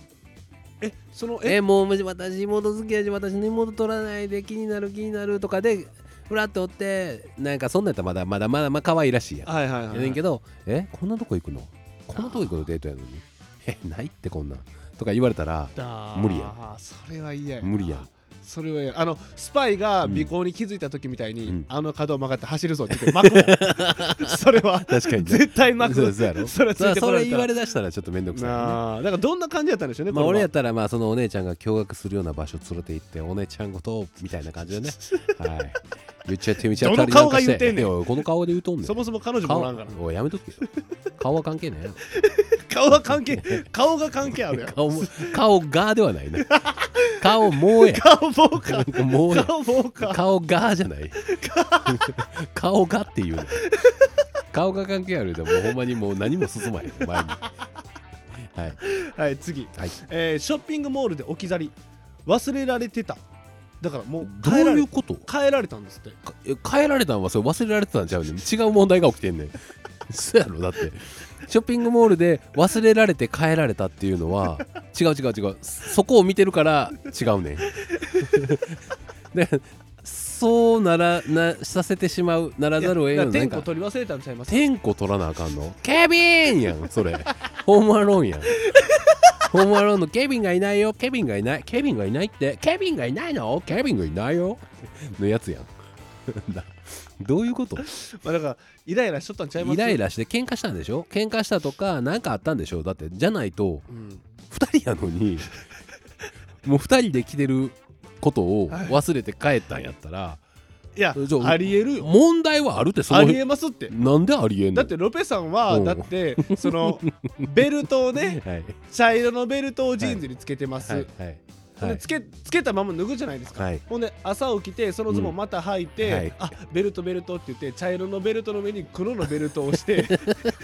A: えそのえ
B: えもう私妹好きやし私に妹取らないで気になる気になるとかでふらっとおってなんかそんなんやったらまだまだまだまあ可愛らしいやん
A: はいはいはい、
B: やねんけど、えこんなとこ行くのこんなとこ行くのデートやのに えないってこんなんとか言われ たら
A: だ
B: 無理や
A: あーそれは嫌や
B: 無理やん
A: それは嫌あのスパイが尾行に気づいた時みたいに、
B: うん
A: あの角を曲がって走るぞって言って巻くも んそれは
B: 確かに
A: 絶対巻
B: そ
A: く
B: うそうやろ
A: それはついてこ
B: そ
A: られ
B: れ
A: た
B: 言
A: ら
B: われだしたらちょっと面倒くさいよね
A: なあだからどんな感じやったんでしょうね
B: まあ、
A: これ
B: 俺や
A: は
B: ったらまあそのお姉ちゃんが驚愕するような場所連れて行ってお姉ちゃんごとみたいな感じでねはい言っちゃってみちゃったりなんかして
A: どの顔が言うてんねん
B: いやこの顔で言うとんねん
A: そもそも彼女もおらんから
B: 顔おいやめとけよ顔は関係ないやろ
A: 顔は関係 顔が関係あるやん
B: 顔も顔がではないな顔もうや
A: 顔もうか
B: もうや
A: 顔もうか
B: 顔がじゃない顔がっていうの顔が関係あるでもうほんまにもう何も進まへん前にはい
A: はい次、
B: はい
A: えーショッピングモールで置き去り忘れられてただからもう
B: どう
A: 帰ら
B: い
A: れ
B: うこと
A: 帰られたんですって
B: かえ変えられたんはそれ忘れられてたんちゃうねん違う問題が起きてんね んそうやろだってショッピングモールで忘れられて変えられたっていうのは違う違う違うそこを見てるから違うねん でそうならなさせてしまうならざるを得
A: いや
B: ない
A: だから
B: のな
A: 天
B: んか
A: 候取り忘れたんちゃいます
B: 天候取らなあかんのケビンやんそれホームアローンやんホームアローンのケビンがいないよケビンがいないケビンがいないってケビンがいないのケビンがいないよのやつやん などういうこと
A: まあだからイライラしとったんちゃいます
B: イライラして喧嘩したんでしょ喧嘩したとか何かあったんでしょだってじゃないと
A: うん
B: 2人やのにもう2人で来てることを忘れて帰ったんやったら
A: いや
B: じゃあ
A: ありえるよ
B: 問題はあるってそ
A: あ
B: の
A: り
B: 辺
A: えますって
B: なんでありえんの
A: だってロペさんは
B: うん
A: だってそのベルトをね
B: はい
A: 茶色のベルトをジーンズにつけてます、
B: はいはい
A: ほんでつけつけたまま脱ぐじゃないですか、
B: はい
A: ほんで朝起きてそのズボンまた履いて、
B: うんはい
A: あベルトベルトって言って茶色のベルトの上に黒のベルトをして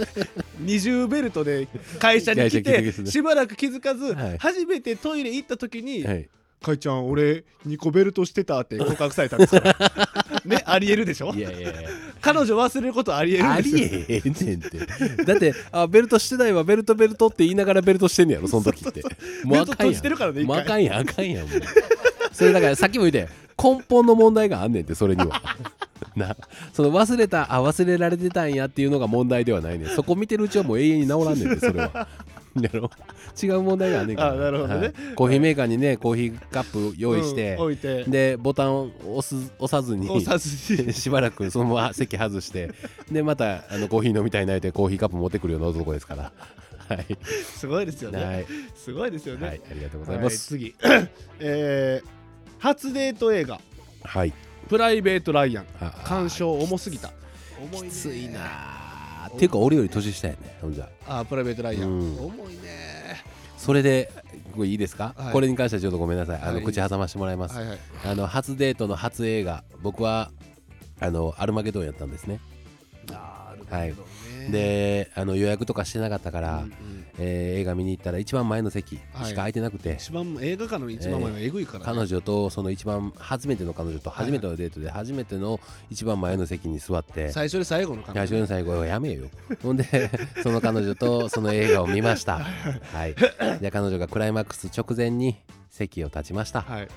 A: 二重ベルトで会社に来
B: 会社に
A: て
B: 来て
A: しばらく気づかず、
B: はい
A: 初めてトイレ行った時に「
B: はい
A: かいちゃん俺2個ベルトしてた」って告白されたんですから ねありえるでしょ
B: いやいやいや
A: 彼女忘れること ありえるん
B: あ
A: ですよ
B: りえへんねんって だってあベルトしてないわベルトベルトって言いながらベルトしてんねやろその時ってもう
A: ベル
B: あかん
A: ト閉
B: や
A: じ
B: ん
A: てるからね一
B: もう
A: 回
B: あかんやんあかんやんもうそれ だからさっきも言って根本の問題があんねんってそれには なその忘れたあ忘れられてたんやっていうのが問題ではないねんそこ見てるうちはもう永遠に治らんねんってそれ はやろ違う問題があんねんから
A: あなるほどね
B: はいコーヒーメーカーにねコーヒーカップ用意して
A: うん、置いて
B: でボタンを押す押さずに
A: おさずに
B: しばらくそのまま席外してでまたあのコーヒー飲みたいなでコーヒーカップ持ってくるような男ですからはい
A: すごいですよね、
B: はい、
A: すごいですよね、
B: はい、ありがとうございます
A: はい次えー初デート映画
B: はい、
A: 「プライベート・ライアン」
B: ああ
A: 鑑賞重すぎた重
B: き
A: い
B: つい
A: ね
B: なあっていうか俺より年下やねほんじゃ
A: あプライベート・ライアン、
B: うん
A: 重いね
B: それでこれいいですか、
A: はい
B: これに関してはちょっとごめんなさいあの、
A: はい
B: 口挟ましてもらいます、
A: はいはい
B: あの初デートの初映画僕はあのアルマゲドンやったんですね
A: なる
B: はい
A: ほどね、
B: であの予約とかしてなかったから、
A: うんうん
B: えー映画見に行ったら一番前の席し
A: はい
B: か空いてなくて、
A: 一番映画館の一番前はえぐいから、ね
B: 彼女とその一番初めての彼女と
A: はい
B: 初めてのデートで初めての一番前の席に座って
A: 最初で最後の彼
B: 最初
A: 女
B: の最後はやめよほんで その彼女とその映画を見ま したはいで彼女がクライマックス直前に席を立ちました、
A: はい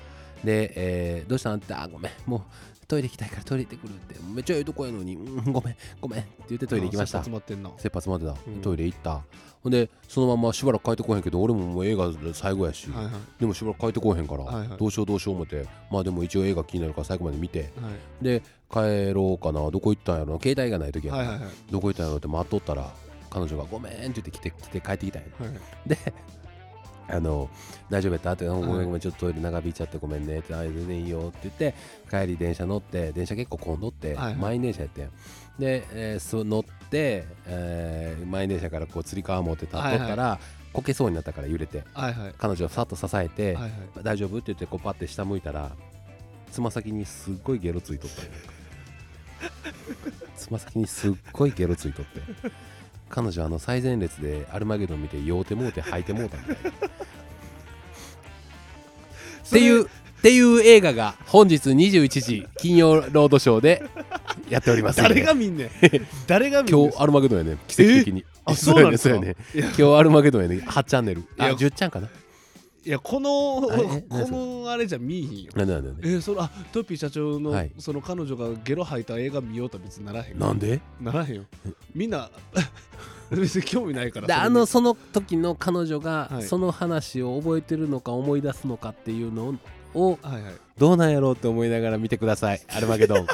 B: で、えーどうしたんってあごめんもうトイレ行きたいからトイレ行ってくるってめっちゃええとこやのに、うん、ごめんごめんって言ってトイレ行きました
A: あ切羽詰まってんな
B: 切羽詰まってた、
A: うん
B: トイレ行ったほんでそのまましばらく帰ってこへんけど俺ももう映画最後やし、
A: はいはい
B: でもしばらく帰ってこうへんから、
A: はいはい
B: どうしようどうしよう思ってまあでも一応映画気になるから最後まで見て
A: はい
B: で帰ろうかなどこ行ったんやろな携帯がない時や、
A: はいはいはいは
B: どこ行ったんやろって待っとったら彼女が「ごめん」って言って来て来て帰ってきたんや
A: い
B: で「あの大丈夫やった?」って「あごめ
A: はい
B: んごめんちょっとトイレ長引いちゃってごめんね」って「あ全然いいよ」って言って帰り電車乗って電車結構混んどって、
A: はいはい
B: 満員電車やってんで、えーそう乗って、えー満員電車からこうつり革持って立っとったら、
A: はい
B: こけそうになったから揺れて
A: はいはい
B: 彼女をさっと支えて、
A: はいはい
B: 大丈夫って言ってこうパッて下向いたらつま先にすっごいゲロついと ったよつま先にすっごいゲロついとって彼女あの最前列でアルマゲドン見て酔うてもうて吐いてもうたみたい なっていうっていう映画が本日21時金曜ロードショーでやっております
A: 誰が見んね ん誰が見んねん
B: 今日アルマゲドンやね奇跡的に
A: あそうなんですか
B: そうやねそうやね今日アルマゲドンやね8チャンネルあ
A: いや
B: 10チャンかない
A: やこの
B: あれえ
A: このあれじゃ見えへんよ
B: なんでなんでなんで
A: えー、そのあトッピー社長の、
B: はい
A: その彼女がゲロ吐いた映画見ようとは別にならへん
B: なんで
A: ならへんよみんな 別に興味ないから
B: で
A: それ
B: あのその時の彼女
A: は
B: が
A: い
B: その話を覚えてるのか思い出すのかっていうのを
A: はいはい
B: どうなんやろうって思いながら見てくださ いアルマゲドン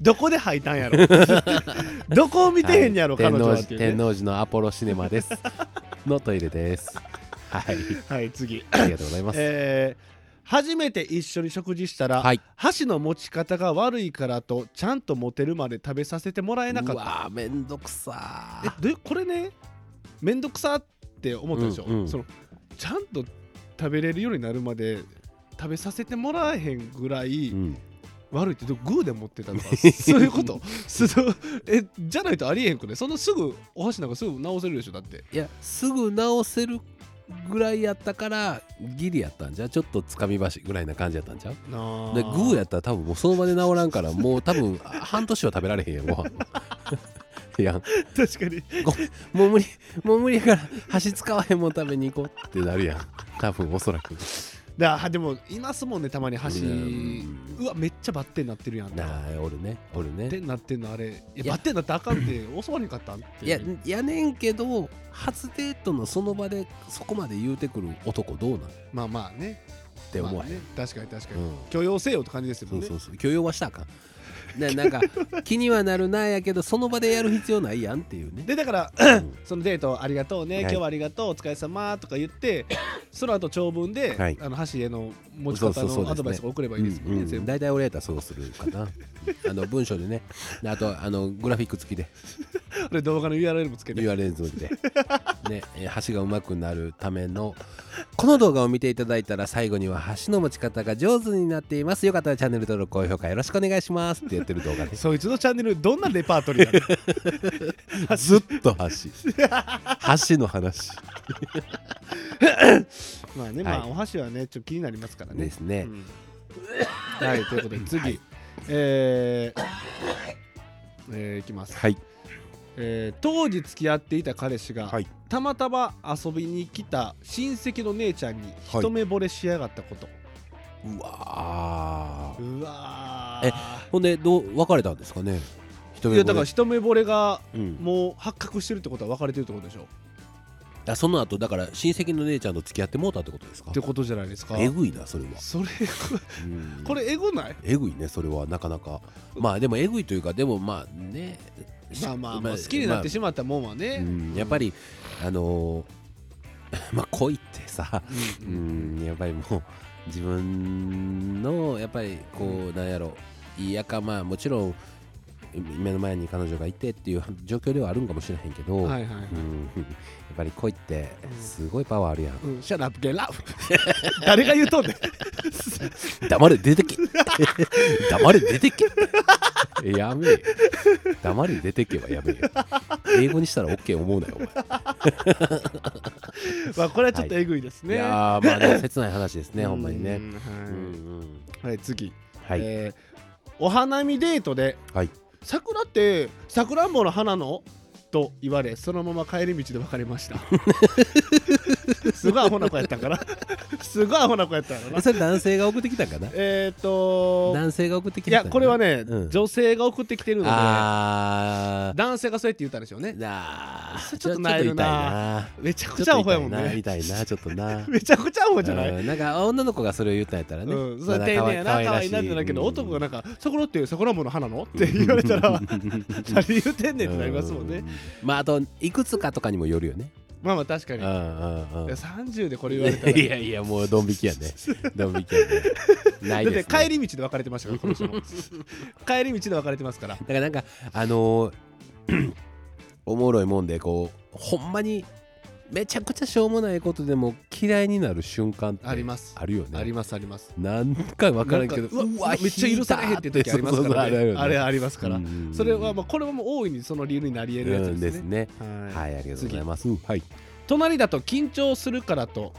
A: どこで吐いたんや ろどこを見てへんやろ、
B: はい
A: 彼女はっ
B: 天王
A: てい
B: 寺
A: うね
B: 天王寺のアポロシネマですのトイレ ですはい
A: はい次
B: ありがとうございます、
A: えー初めて一緒に食事したら、
B: はい
A: 箸の持ち方が悪いからとちゃんと持てるまで食べさせてもらえなか
B: う
A: った
B: わーめんどくさ
A: え
B: ー
A: でこれねめんどくさって思ったでしょ、
B: うんうん
A: そのちゃんと食べれるようになるまで食べさせてもらえへんぐらい
B: うん、
A: 悪いってどグーで持ってた とかそういうことそのえじゃないとありえへんくねそんなすぐお箸なんかすぐ直せるでしょだって
B: いやすぐ直せるぐらいやったからギリやったんじゃうちょっとつかみ箸ぐらいな感じやったんじゃう
A: なあ
B: でグーやったら多分もうその場で治らんからもう多分あ半年は食べられへんやんご飯 いやん
A: 確かに
B: もう無理もう無理やから箸使わへんもん食べに行こうってなるやん多分おそらく
A: だあでもいますもんねたまに箸
B: うん
A: うわめっちゃバッテンなってるやん
B: なあおるねおる
A: バッテ
B: ね
A: ンなってんのあれいや
B: いや
A: バッテンなってあかんって 教わりかったんって
B: いややねんけど初デートのその場でそこまで言うてくる男どうなんっ
A: まあまあね
B: て思
A: ま
B: わ
A: あ
B: へん、
A: ね確かに確か
B: う
A: に、
B: ん
A: 許容せよって感じですよ
B: そう
A: ね
B: そうそう許容はしたらあかんななん か気にはなるなやけどその場でやる必要ないやんっていう ね
A: でだから
B: うん
A: そのデートありがとうね、
B: はい
A: 今日はありがとうお疲れ様とか言 ってその後長文で、
B: はい
A: あの箸への持ち方
B: そうそうそうです
A: の
B: ね
A: アドバイスが送れば
B: う
A: いいですもんね
B: んうん
A: 全部
B: 大体俺やったらそうするかなあの文章でねあとあのグラフィック付 きで
A: で動画の URL もつけて
B: URL 付きで、ね、えー橋がうまくなるためのこの動画を見ていただいたら最後には橋の持ち方が上手になっていますよかったらチャンネル登録高評価よろしくお願いしますってやってる動 画です
A: そいつのチャンネルどんなレパートリーな の
B: ずっと橋 橋の話
A: まあね、まあお箸はねちょっと気になりますからね
B: です
A: う
B: ね、
A: んはいということで 次、えーえーいきます、
B: はい
A: えー当時付き合っていた彼氏が、
B: はい
A: たまたま遊びに来た親戚の姉ちゃんに
B: はい
A: 一目惚れしやがったこと、
B: うわー
A: うわ
B: ーえほんでどう別れたんですかね一
A: い
B: 目惚れ
A: やだから一目惚れが
B: うん、
A: もう発覚してるってことは別れてるってことでしょ
B: あその後だから親戚の姉ちゃんと付き合ってもうたってことですか
A: ってことじゃないですか
B: えぐいなそれは、
A: それ
B: うん
A: これえぐない
B: えぐいねそれはなかなかまあでもえぐいというかでもまあね
A: まあまあまあ好きになってしまったもんは
B: まあ
A: ね
B: う、んやっぱりあのー まあ恋ってさ
A: う
B: うんんやっぱりもう自分のやっぱりこうなんやろいやかまあもちろん目の前に彼女がいてっていう 状況ではあるんかもしれへんけど、
A: はいはいはい
B: うんやっぱり恋ってすごいパワーあるやん
A: うん、シャラップゲラ フ誰が言うとんねん
B: 黙れ出てけ黙れ出てけやめえ黙れ出てけはやめえよ英語にしたら OK 思うなよお前、
A: まあこれはちょっとえぐいです
B: い
A: ね、
B: やーまあでも切ない話ですねほんまに
A: う
B: ね
A: ん
B: うんうん
A: はい、はい、次、
B: はい、
A: えーお花見デートで
B: はい
A: 桜ってさくらんぼの花のと言われそのまま帰り道で別れました すごいアホな子やったんからすごいアホな子やったんからな
B: それ男性が送ってきたんかな
A: えーっと
B: 男性が送ってき
A: い
B: たん
A: や
B: かな
A: これはね、
B: うん
A: 女性が送ってきてるので
B: あー
A: 男性がそうやって言ったんでしょうね
B: あー
A: ちょっとなえるなめちゃくちゃアホやもんね
B: 痛いな痛いなちょっとな
A: めちゃくちゃアホじゃない
B: うんなんか女の子がそれを言ったんやったらね、
A: うん、それ
B: まだ
A: 丁
B: 可
A: 寧
B: 愛
A: やな可愛いな
B: ら
A: っ
B: しい
A: てなるけど、
B: うん
A: 男がなんか「桜って桜んぼの花の?」って言われた ら何言ってんねんってなりますもん
B: う
A: ね
B: ん。まああといくつかとかにもよるよね。
A: まあまあ確か
B: うん
A: に
B: う。
A: い
B: ん
A: うや
B: ん
A: 30でこれ言われたら
B: いやいやもうドン引 きやね。ドン引きやね。ない
A: だっ
B: で
A: て
B: す、ね。
A: 帰り道で別れてましたからこの人も帰り道で別れてますから
B: だからなんかあのー おもろいもんでこうほんまにめちゃくちゃしょうもないことでも嫌いになる瞬間って
A: あります
B: あるよね。
A: ありますあります
B: 何回分からんけど
A: なんかうわめっちゃ許されへんって時ありますからねあれありますからそれはまあこれはもう大いにその理由になり
B: あ
A: 得
B: る
A: る
B: や
A: や
B: つ
A: つ
B: で
A: ですすね
B: ね。
A: はい
B: はいありがとうございます。うんはい。
A: 隣だと緊張するからと、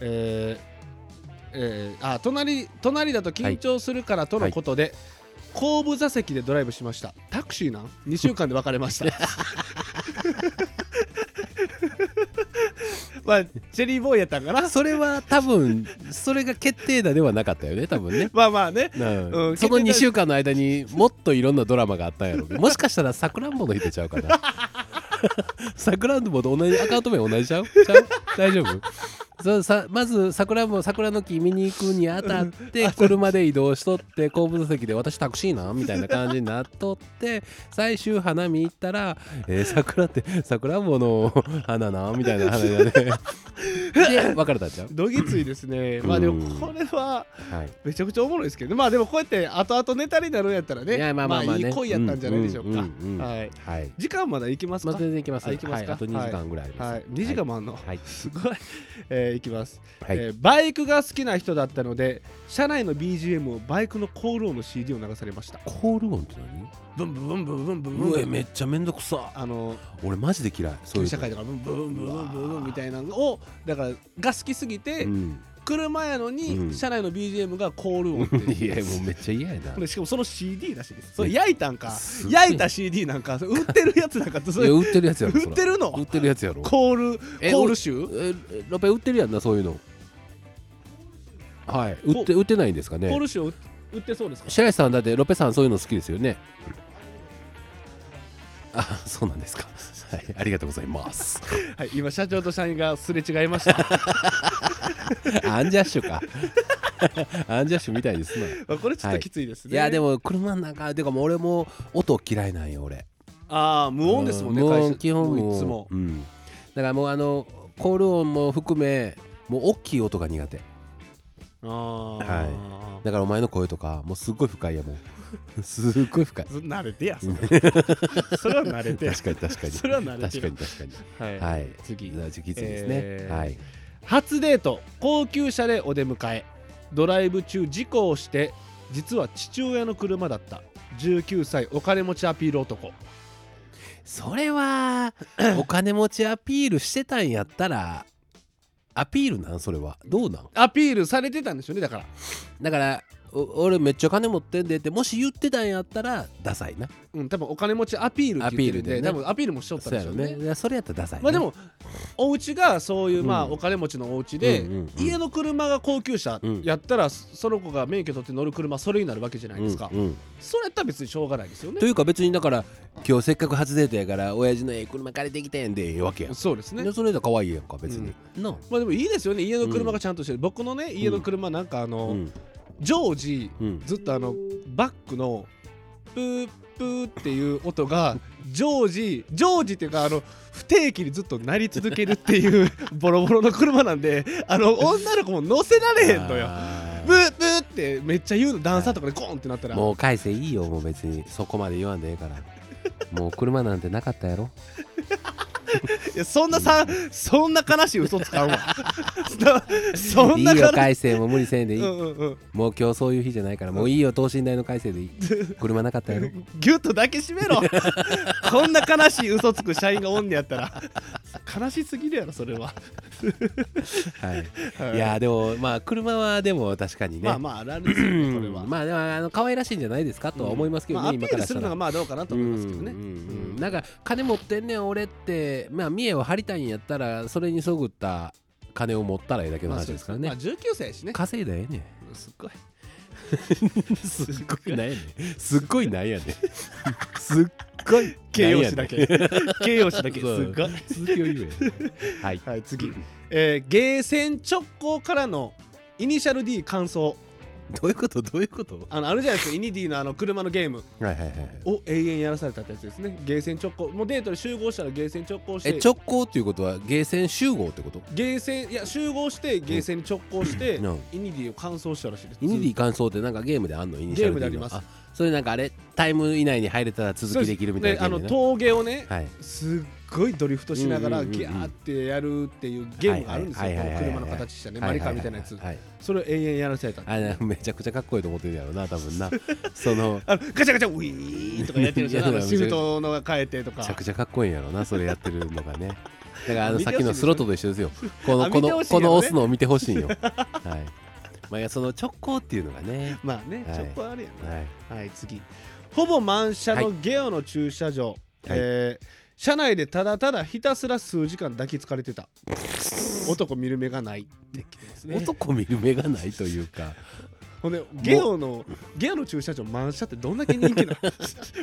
A: えーえーあ隣隣だと緊張するからとのことで、後部座席でドライブしましたタクシーなん2週間で別れました まあチェリーボーイやったんかな
B: それは多分それが決定打ではなかったよね多分ね。
A: まあまあね
B: うん
A: うん
B: その2週間の間にもっといろんなドラマがあった んやろうけどもしかしたらさくらんぼの日でちゃうかなさくらんぼと同じアカウント名同じち ゃうちゃう大丈夫そうさまず桜も桜の木見に行くにあたって車で移動しとって後部座席で私タクシーなんみたいな感じになっとって最終花見行ったら、えー桜って桜んぼの花なんみたいな話 だねで別れたんちゃう、
A: どぎついですねまあでもこれは
B: はい、
A: めちゃくちゃおもろいですけどまあでもこうやって後々ネタになるんやったらね
B: いやまあまあまあね
A: いい恋やったんじゃないでしょうか、
B: うんうんうんうん
A: はい
B: はい
A: 時間まだいきます
B: ま
A: か、
B: あ、全然いきます。
A: あいきますか
B: はい、あと2時間ぐらいあります。
A: はい、2時間もあんの、
B: はい。
A: すごい、えーいきます、
B: はい。
A: えーバイクが好きな人だったので車内の BGM をバイクのコール音の CD を流されました
B: コール音って
A: ブンブンブンブンブンブン
B: 何
A: ブ
B: うえ、
A: ン
B: めっちゃめんどくさ。
A: あの
B: 俺マジで嫌い。そう
A: 旧
B: いう
A: 社会とかブンブンブンブンブンブンみたいなのをだからが好きすぎて、
B: うん。
A: 車やの
B: う
A: に
B: ん
A: 車内の BGM がコール音って いう
B: いや、もうめっちゃ嫌や な。
A: こ
B: い
A: れしかもその CD らしいですそれ焼いたんか
B: す
A: 焼いた CD なんか売ってるやつなんかそ
B: や、
A: れ
B: 売ってるやつやろ。そら
A: 売ってるの
B: 売ってるやつやろ。
A: コール
B: え
A: コール集
B: え、ロペ売ってるやんな、そういうの。はい。売って、売ってないんですか
A: コー
B: ね。
A: ル集売売ってそうですか
B: 白石さん、だってロペさん、そういうの好きですよね。あ、そうなんですか。はい。ありがとうござ います。
A: はい今社長と社員がすれ違いま した
B: アンジャッシュか。 アンジャッシュみたいですね。
A: まあこれちょっときついですね。
B: いやで
A: も
B: も車の中てかもう俺も音嫌いなんよ俺
A: ああ無音ですもんね。
B: う
A: 会社
B: 無音基本無音
A: いつも。
B: うん、だからもうあのコール音も含めもう大きい音が苦手
A: あは
B: だからお前の声とかもうすっごい深いやもう すっごい深い
A: 慣れてやそれ それは慣れてや
B: 確かに確かに
A: それは慣れて
B: 確か
A: る
B: に確かに
A: はい
B: はい
A: 次
B: じゃあ次いつですね、
A: えー
B: はい
A: 初デート高級車でお出迎えドライブ中事故をして実は父親の車だった19歳お金持ちアピール男
B: それ はお金持ちアピールしてたんやったらアピールなんそれはどうなん
A: アピールされてたんですよねだから
B: だからお俺めっちゃ金持ってんでってもし言ってたんやったらダサいな
A: うん多分お金持ちアピールって言ってるんで
B: アピールでね
A: 多分アピールもしとったん
B: そ
A: ですよ
B: うやろ
A: ね
B: ねいやそれやったらダサいな
A: まあでもお家がそういうまあ
B: うん
A: お金持ちのお家で、
B: うんうんうん
A: 家の車が高級車やったら、その子が免許取って乗る車それになるわけじゃないですか、
B: うんうん
A: それやったら別にしょうがないですよね
B: というか別にだから今日せっかく初デートやから親父のええ車借りてきてんでええわけやん
A: そうですね
B: でそれだ可愛いやんか別に、なあ
A: まあでもいいですよね家の車がちゃんとしてる、僕のね家の車なんかあの、
B: うん
A: 常時
B: うん
A: ずっとあのバックのプープーっていう音が常時常時っていうかあの不定期にずっと鳴り続けるっていうボロボロの車なんであの女の子も乗せられへんのよ
B: あー
A: ブーブーってめっちゃ言うの段差とかでゴーンってなったら
B: もう返せいいよもう別にそこまで言わんでええ からもう車なんてなかったやろ
C: いやそんなさそんな悲しい嘘つかん わそそんない
B: い
C: 悲
B: よ
C: しい
B: 改正も無理せんでいい、
A: うんうんうん
B: もう今日そういう日じゃないからもういいよ等身大の改 正でいい車なかったやろ
C: ギュッと抱きしめろこんな悲しい嘘つく社員がおんねやったら
A: 悲しすぎるやろそれは、
B: はい
A: はい
B: いやーでもまあ車はでも確かにね
A: まあまああるあるですよねそれは
B: まあでもあの可愛らしいんじゃないですかとは思いますけどね、
A: まあ、アピ
B: 今
A: ー
B: か
A: ル
B: ら
A: す
B: した
A: るの
B: ら
A: が。まあどうかなと思いますけどね
B: うん
A: うん
B: なんか金持ってんねん俺ってまあ見栄を張りたいんやったらそれにそぐった金を持ったらええだけの
A: まあ
B: 話
A: そう
B: で
A: ですす
B: から
A: ね
B: ね、
A: まあ19歳やしね
B: 稼いだらええねん
A: すっごい
B: すっごいなんやねんすっごいなんやねんすっごい
C: 形容
B: なんやね
C: 詞
B: ん
C: だけ形容詞だけす
B: そ
C: ご
B: う
C: い
B: 続きを言えはい
A: はい次、えー、ゲーセン直行からのイニシャル D 感想
B: どういうことどういうこと
A: あのあるじゃないですかイニディのあの車のゲーム
B: はいはいはいはい
A: を永遠やらされたってやつですねゲーセン直行もうデートで集合したらゲーセン直行し
B: え
A: て
B: 直行っていうことはゲーセン集合ってこと
A: ゲーセンいや集合してゲーセンに直行して、
B: うん
A: イニディを完走したらしいです
B: イニディ感想ってなんかゲームであんのイニ
A: ゲームであります
B: それなんかあれタイム以内に入れたら続きできるみたいな
A: であ
B: ゲ
A: の
B: ームや
A: 峠をね、
B: なはい
A: すっごいドリフトしなが
B: う
A: ら
B: んうんうんうん
A: ギャーってやるっていうゲームがあるんですよ、
B: はいはいはいはい
A: この車の形したね、
B: はは
A: マリカーみたいなやつ、
B: ははい
A: それを永遠やらされた
B: あれめちゃくちゃかっこいいと思ってるやろな 多分なその
A: あのガチャガチャウィーンとかやってるじゃんあの
B: いや
A: シフトのが変えてとか
B: めちゃくちゃかっこいいんやろなそれやってるのが ねだからあの
A: 見てほしい
B: さっきのスロットと一緒ですよこ
A: あ
B: のこ
A: 見てほ
B: の
A: しいよ
B: こ
A: ね
B: の押すのを見てほしいん よはいまあいやその直行っていうのがね
A: まあね、
B: はい
A: ちょっとあれやな、
B: はい
A: はい。次。ほぼ満車のゲオの駐車場。えー車内でただただひたすら数時間抱きつかれてた。男見る目がないってきてますね。
B: 男見る目がないという か
A: ほんでゲオのゲオの駐車場満車ってどんだけ人気 なの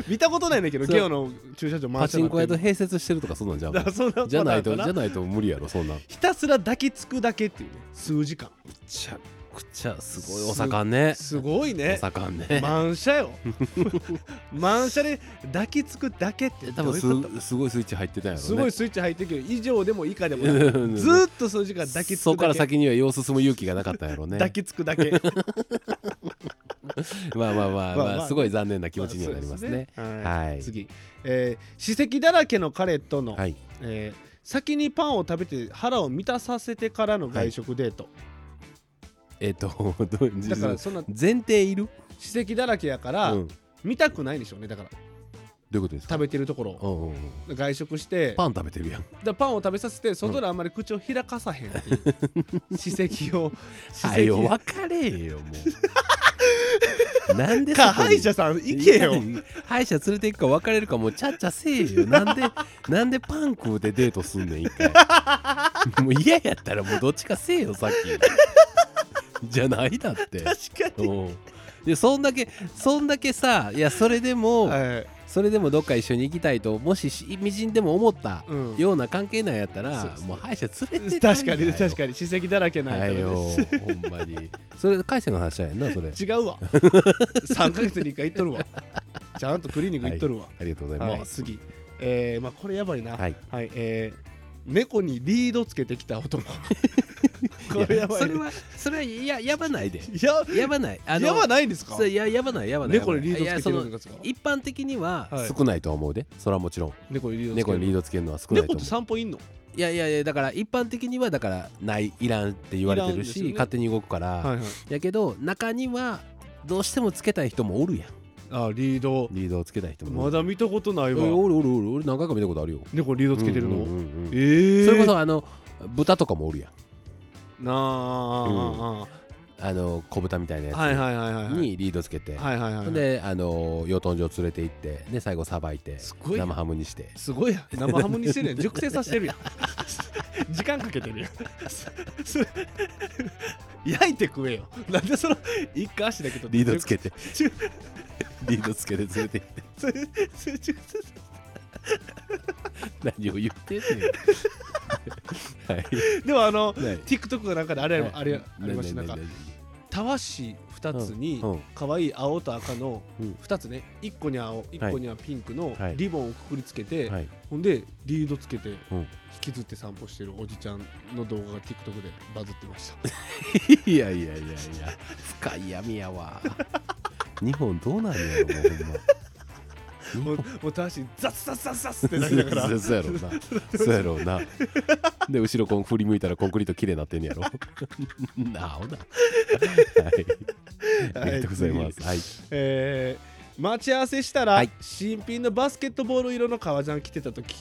A: 見たことないねんだけど
B: そう
A: ゲオの駐車場満
B: パ
A: 車に
B: チ
A: なって
B: ンコ屋
A: る
B: と併設してるとかそんなんじゃんも
A: だか
B: う
A: らそん なこと
B: じゃない
A: あ
B: と
A: る
B: じ
A: か
B: ゃないと無理やろそんなん
A: ひたすら抱きつくだけっていうね数時間
B: めちゃくちゃすごいお盛んね
A: すごい
B: お
A: ね
B: 盛んね、
A: 満車よ 満車で抱きつくだけって
B: 多
A: どういうこと
B: 分すすごいスイッチ入ってたんやろね
A: すごいスイッチ入ってるけど以上でも以下でも ない
B: うん
A: ずーっと数時間抱きつ
B: そ
A: く
B: こ
A: だ
B: から
A: け
B: 先には様子進む勇気がなかったんやろうね
A: 抱きつくだけ
B: まあまあまあ
A: まあ
B: ま
A: まあ
B: あすごい残念な気持ちにはなりますね
A: そうです
B: はい
A: 次、えー、歯石だらけの彼との、
B: はい
A: えー先にパンを食べて腹を満たさせてからの外食デート、
B: えっ、と どう
A: だからそんな
B: 前提いる
A: 歯石だらけやから、
B: うん、ど
A: 見たくないでしょうねだから
B: ういうことですか
A: 食べてるところ
B: う
A: を
B: んうんうん
A: 外食して
B: パン食べてるやん
A: だパンを食べさせて外であんまり口を開かさへんっていう 歯石を
B: はよ別れよもう なんでそこ
A: か
B: に
A: 歯医者さん行けよ
B: いや 歯医者連れて行くか別れるかもうちゃっちゃせえよなんでなんでパン食うてデートすんねん一 回もう嫌やったらもうどっちかせえよさっきじゃないだって
C: 確かに
B: うんでそんだけそんだけさいやそれでも、
A: はい
B: それでもどっか一緒に行きたいともししみじんでも思った
A: うん
B: ような関係なんやったら、
A: そうそう
B: もう歯医者連れて
A: 確かに確
B: に
A: かに歯石だらけなんや
B: は
A: から
B: い
A: ね
B: よほんまにそれ海鮮の話だよ なそれ
A: 違う わ3ヶ月に1回行っとるわちゃんとクリーニング行っとるわ、
B: ありがとうござい
A: はい
B: ます
A: 次えー、まあこれやばいな
B: はい
A: はい、えー、猫にリードつけてきた男これやばい
B: それはそれはいややばないで
A: いや
B: やばないあの
A: やばないんですか
B: そういややばないやばない
A: 猫にリードつ
B: いや
A: けて
B: そ
A: る
B: の
A: んですか
B: 一般的には
A: はい
B: 少ないとは思うで、それはもちろん
A: 猫にリードつける
B: 猫にリードつけるのは少ないと
A: 猫っ
B: 思
A: て散歩いんの
B: ういやいやいやだから一般的にはだからないいらんって言われてる
A: いらんです
B: し、
A: よね
B: 勝手に動くから、
A: はいはい
B: やけど中にはどうしてもつけたい人もおるやん
A: あリード
B: リードをつけたい人もお
A: ま
B: る
A: だ見たことない
B: え
A: わ
B: おるおるおる俺何回か見たことあるよ
A: 猫リードつけてる
B: うんうん
A: の
B: うんうん
A: えー
B: それこそあの豚とかもおるやん
A: なああ
B: あの小豚みたいなやつ
A: あはいはいはいはいはい
B: にリードつけて、
A: はいはいはい
B: ほんであの養豚場連れて行ってで最後さばいて
A: すごい
B: 生ハムにして
A: すごいや生ハムに してるやん熟成させてるやん 時間かけてるやんそれ焼いて食えよなんでその一回足だけと
B: リードつけてリードつけて連れて行って
A: それそれ熟成さ
B: 何を言ってんね んはい
A: でもあの
B: ね
A: TikTok がなんかであれ
B: ね
A: あれありましたな
B: ね
A: んか
B: ねね
A: たわし2つに
B: うんうん
A: 可愛い青と赤の
B: うん
A: 2つね1個に青1個にはピンクの
B: はい
A: リボンをくくりつけて、
B: ねはい
A: ほんでリードつけて引
B: うん
A: きずって散歩してるおじちゃんの動画が TikTok でバズってました
B: いやいやいやいや深い闇やわ日本どうなんやろも
A: も
B: う ほんま
A: うもうたわしザッザッザッザッってなりながら
B: そうそうやろうなそうやろうなで後ろこう振り向いたらコンクリート綺麗に なってんやろなあほな、はい、ありがとうございます、はい、
A: えー待ち合わせしたら、
B: はい
A: 新品のバスケットボール色の革ジャン着てた時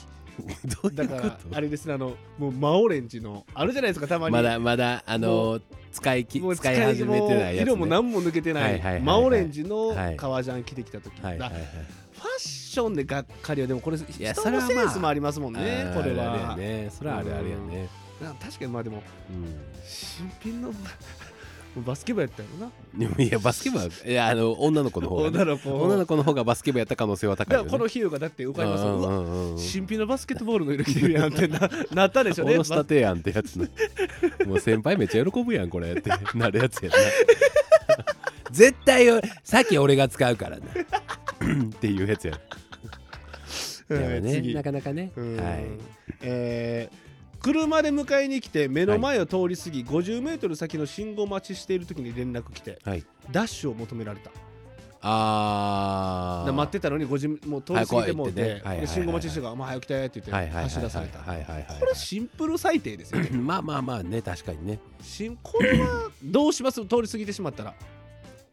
B: どうい
A: だ
B: う
A: か
B: こ
A: ら
B: と
A: あれですねあのもう真オレンジのあるじゃないですかたまに
B: まだまだあ
A: も
B: のー使いき
A: もう
B: 使い始めてないやつ、ね、
A: 色も何も抜けてな
B: はいはいはいはいい
A: 真オレンジの
B: はい
A: 革ジャン着てきた時、
B: はい
A: だ
B: はいはい
A: ファッションでがっかりはでもこれ人
B: やそれ
A: の
B: はまあ
A: センスもありますもんね、
B: あー
A: これ
B: あれ
A: は
B: やねそれはあれあれやね
A: なんか確かにまあでも
B: うん
A: 新品のバスケ部やったよな
B: で もいやバスケ部はいやあの女の子の方が、ね、
A: 女の子
B: 女の子の方がバスケ部やった可能性は高い
A: だ
B: よ、
A: か
B: ね。
A: らこのヒューがだって浮かびますようわ
B: うんうんうん
A: 新品のバスケットボールの色着てるやんってな なったでしょうね
B: おろしたてやんって やつね。もう先輩めっちゃ喜ぶやんこれってなるやつやな。絶対よさっき俺が使うからなっていうやつや。
A: うん
B: やばいね
A: 次
B: なかなかね。
A: うん
B: はい。
A: えー車で迎えに来て目の前を通り過ぎ、50メートル先の信号待ちしている時に連絡来て
B: はい。
A: ダッシュを求められただか
B: あ
A: ら
B: あ。
A: 待ってたのに50もう通り過ぎてもうて、
B: はい怖いってねはいはいはいはい
A: で信号待ちしてるから「もう早く来て」って言
B: は
A: っ
B: い
A: て
B: はいはい
A: 走
B: はい
A: らされた
B: はいはいはい
A: これシンプル最低ですよね
B: まあまあまあね確かにね。
A: しんこれはどうします通り過ぎてしまったら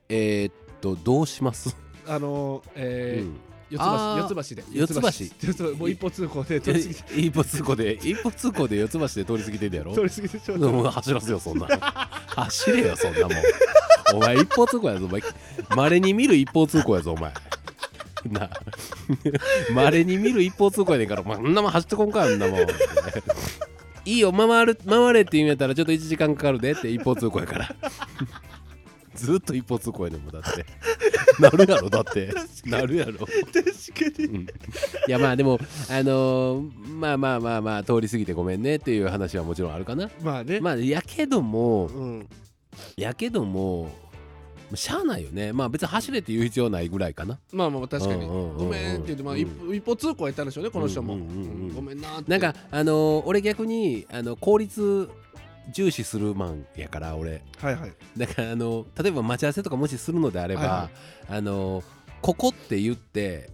B: えーっとどうします。
A: あのーえー
B: うん
A: 四
B: あー
A: つ橋四つ橋で
B: 四つ橋
A: 四つ橋 もう一歩通行で通り過ぎて
B: 一歩通行で一歩通行で四つ橋で通り過ぎてんだやろ。
A: 通り過ぎてしまった
B: もう走らせよそんな走れよそんなもんお前一方通行やぞお前まれに見る一方通行やぞお前なまれに見る一方通行やねんからお前そんなもん走ってこんかあんなもんいいよ回る回れって言うんやったらちょっと1時間かかるでって一方通行やからずっと一方通行やねんもんだってなるやろだってなるやろ
A: 確かに
B: うん いやまあでもあのーまあまあまあまあ通り過ぎてごめんねっていう話はもちろんあるかな
A: まあね
B: まあやけども
A: うん
B: やけどもしゃあないよねまあ別に走れって言う必要ないぐらいかな
A: まあまあ確かに
B: うんうんうんうん
A: ごめんって言ってまあ一歩一歩通行やったんでしょうねこの人も
B: うんうんうんうん
A: ごめんなーって
B: なんかあのー俺逆にあの効率重視するマンやから俺
A: はいはい
B: だからあの例えば待ち合わせとかもしするのであれば、
A: はいは
B: あのーここって言って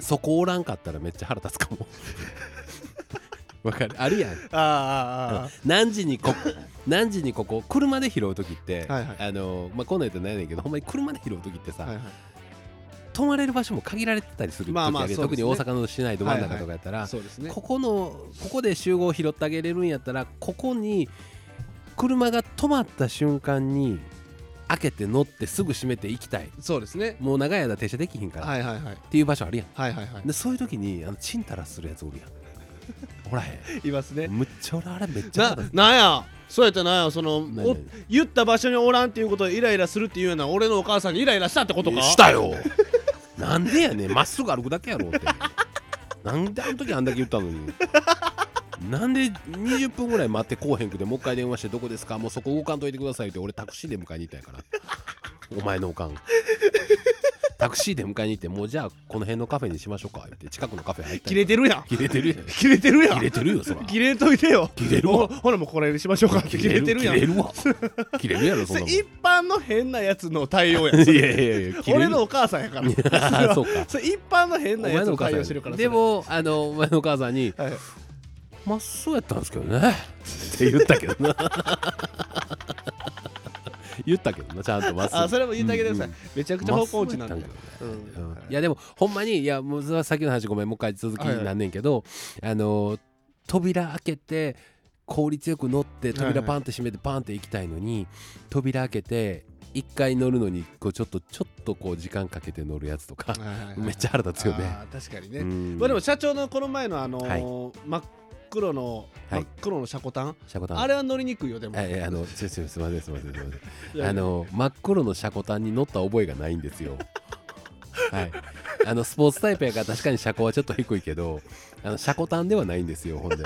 B: そこおらんかったらめっちゃ腹立つかも わかるあるやん
A: あ
B: 何 時にここ何時にここ車で拾う時って、
A: はいはい
B: あのーまあこんなん言ったらないねんけどほんまに車で拾う時ってさ、
A: はいはい
B: 泊まれる場所も限られてたりする時
A: まあ
B: あ
A: まあ
B: るよ
A: そうで
B: 特
A: すね
B: に大阪の市内ど真ん中とかやったら、
A: そうですね
B: ここのここで集合を拾ってあげれるんやったらここに車が止まった瞬間に開けて乗ってすぐ閉めて行きたい
A: そうですね
B: もう長い間停車できひんから、
A: はいはいはい
B: っていう場所あるやん
A: はいはいはい
B: でそういう時にあのチンタラするやつおるやんおらへ
A: いますね
B: んむっちゃ俺あれめっちゃ
A: な
B: 腹立つ
A: なんやそうやったらなんやその
B: な
A: お
B: なな
A: 言った場所におらんっていうことでイライラするっていうのは俺のお母さんにイライラしたってことか
B: したよ なんでやねんまっすぐ歩くだけやろってなんであの時あんだけ言ったのになんで20分ぐらい待ってこうへんくでもう一回電話してどこですかもうそこ動かんといてくださいって俺タクシーで迎えに行ったんやからお前のおかんタクシーで迎えに行ってもうじゃあこの辺のカフェにしましょうか言って近くのカフェ入った
A: 切
B: り
A: れてるやん
B: 切れてるやん
A: 切れてるやん
B: 切れてるよそら
A: 切れといてよ
B: 切れる
A: ほ
B: わ
A: ほらもうこれにしましょうか切れてるやん
B: 切れるわ切れるやろそ
A: それ
B: んなもん
A: 一般の変なやつの対応やん
B: いやいやいや切れる
A: 俺 のお母さんやからそれ
B: あ
A: は
B: そうか
A: それ一般の
B: お
A: 変な
B: 前
A: やつ
B: の
A: の
B: お母
A: 対応し
B: さ
A: てるか
B: ん
A: ら
B: でもあのお前のお母さ んに
A: それはい
B: まっそうやったんですけどねって言ったけどな 言ったけどなちゃんとまっすぐ
A: あそれも言ってあげてください、
B: うんうん
A: めちゃくちゃ方向音痴なんだよ
B: まっす
A: う
B: ぐやったんだけどね
A: ん
B: うんいやでもほんまにいやもうそれは先の話ごめんもう一回続き
A: はいはい
B: なんねんけど、あのー扉開けて効率よく乗って
A: はいは
B: 扉
A: い
B: パンって閉めてパンって行きたいのに、扉開けて一回乗るのにこうちょっとちょっとこう時間かけて乗るやつとか
A: はいはいはい
B: めっちゃ腹立つよね。
A: あー確かにね、
B: うん
A: まあでも社長のこの前のあのー
B: はい
A: 真っ黒の、
B: は
A: 真
B: い
A: っ黒のシャコタン
B: シャコタン
A: あれは乗りにくいよでも
B: ええあのすいませんすいませんすいませんすいませ
A: いやい
B: ん
A: や
B: あの真っ黒のシャコタンに乗った覚えがないんです よはいあのスポーツタイプやから確かに車高はちょっと低いけどあのシャコタンではないんですよほんで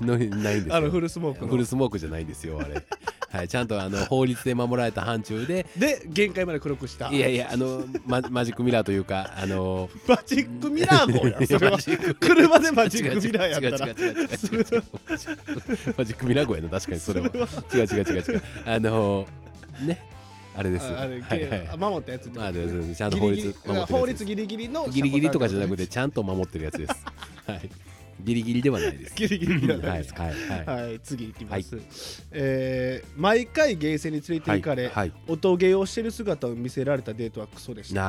B: のないんですよ
A: あのフルスモークの
B: フルスモークじゃないんですよあれはいちゃんとあの法律で守られた範疇で
A: で限界まで黒くした
B: いやいやあのママジックミラーというかあの
A: マジックミラー号やんそれは
B: マジック
A: 車でマジックミラーやった
B: 違
A: ら
B: う違う違う違う違う違うマジックミラー号やな確かにそれは違う違う違う違うあのーねあれです
A: ああれ、
B: はいはい
A: あ守ったやつって
B: まあ
A: こと
B: で
A: ね
B: ちゃんと
A: ギ
B: 法
A: リギリ
B: 律守ってる
A: 法
B: や
A: 律
B: つ
A: ギリギリの
B: ギリギリとかじゃなくて
A: シ
B: ちゃんと守ってるやつですはいギリギリではないで
A: ャ
B: す
A: コタンってことねギリギリじゃ
B: は
A: ないいで
B: はい
A: すか
B: は
A: はい次いきます、えー毎回ゲーセンに連れて
B: い
A: 行かれ、
B: はい
A: 音ゲーをしてる姿を見せられたデートはクソでした
B: な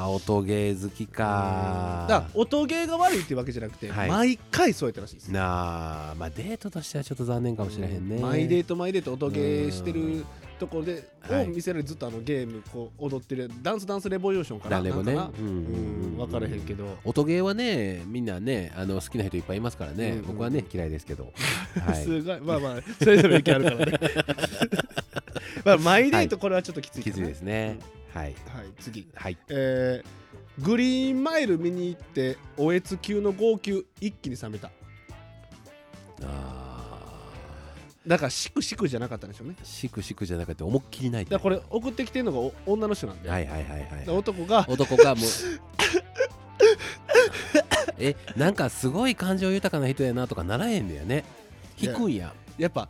B: あ音ゲー好き
A: だから
B: か
A: 音ゲーが悪いっていうわけじゃなくて、
B: はい
A: 毎回そうやったらしいです
B: なあまあデートとしてはちょっと残念かもしれへんね
A: 毎デート毎デート音ゲーしてるところで
B: はい
A: を見せられるずっとあのゲームこう踊ってるダンスダンスレボリューションかな
B: 誰もね
A: なんか
B: うん
A: なうん分からへんけど
B: 音ゲーはねみんなねあの好きな人いっぱいいますからね、
A: うんうん
B: 僕はね嫌いですけ ど、はい、
A: すごいまあまあそれぞれ意見ある からねまあ毎デートこれはちょっときつい
B: き
A: か
B: つ
A: ない
B: ですね、はい
A: はい次
B: はい
A: えーグリーンマイル見に行っておえつ級の号泣一気に冷めた
B: あ
A: だからシクシクじゃなかったんでしょうね
B: ーしくしくじゃなくて思いっきり泣いて
A: だからこれ送ってきてるのがお女の人なんで、
B: はいはい
A: だ
B: はい
A: から
B: はい
A: 男が
B: 男がもう えなんかすごい感情豊かな人やなとかならへんだよね
A: いや
B: 低いやん
A: やっぱ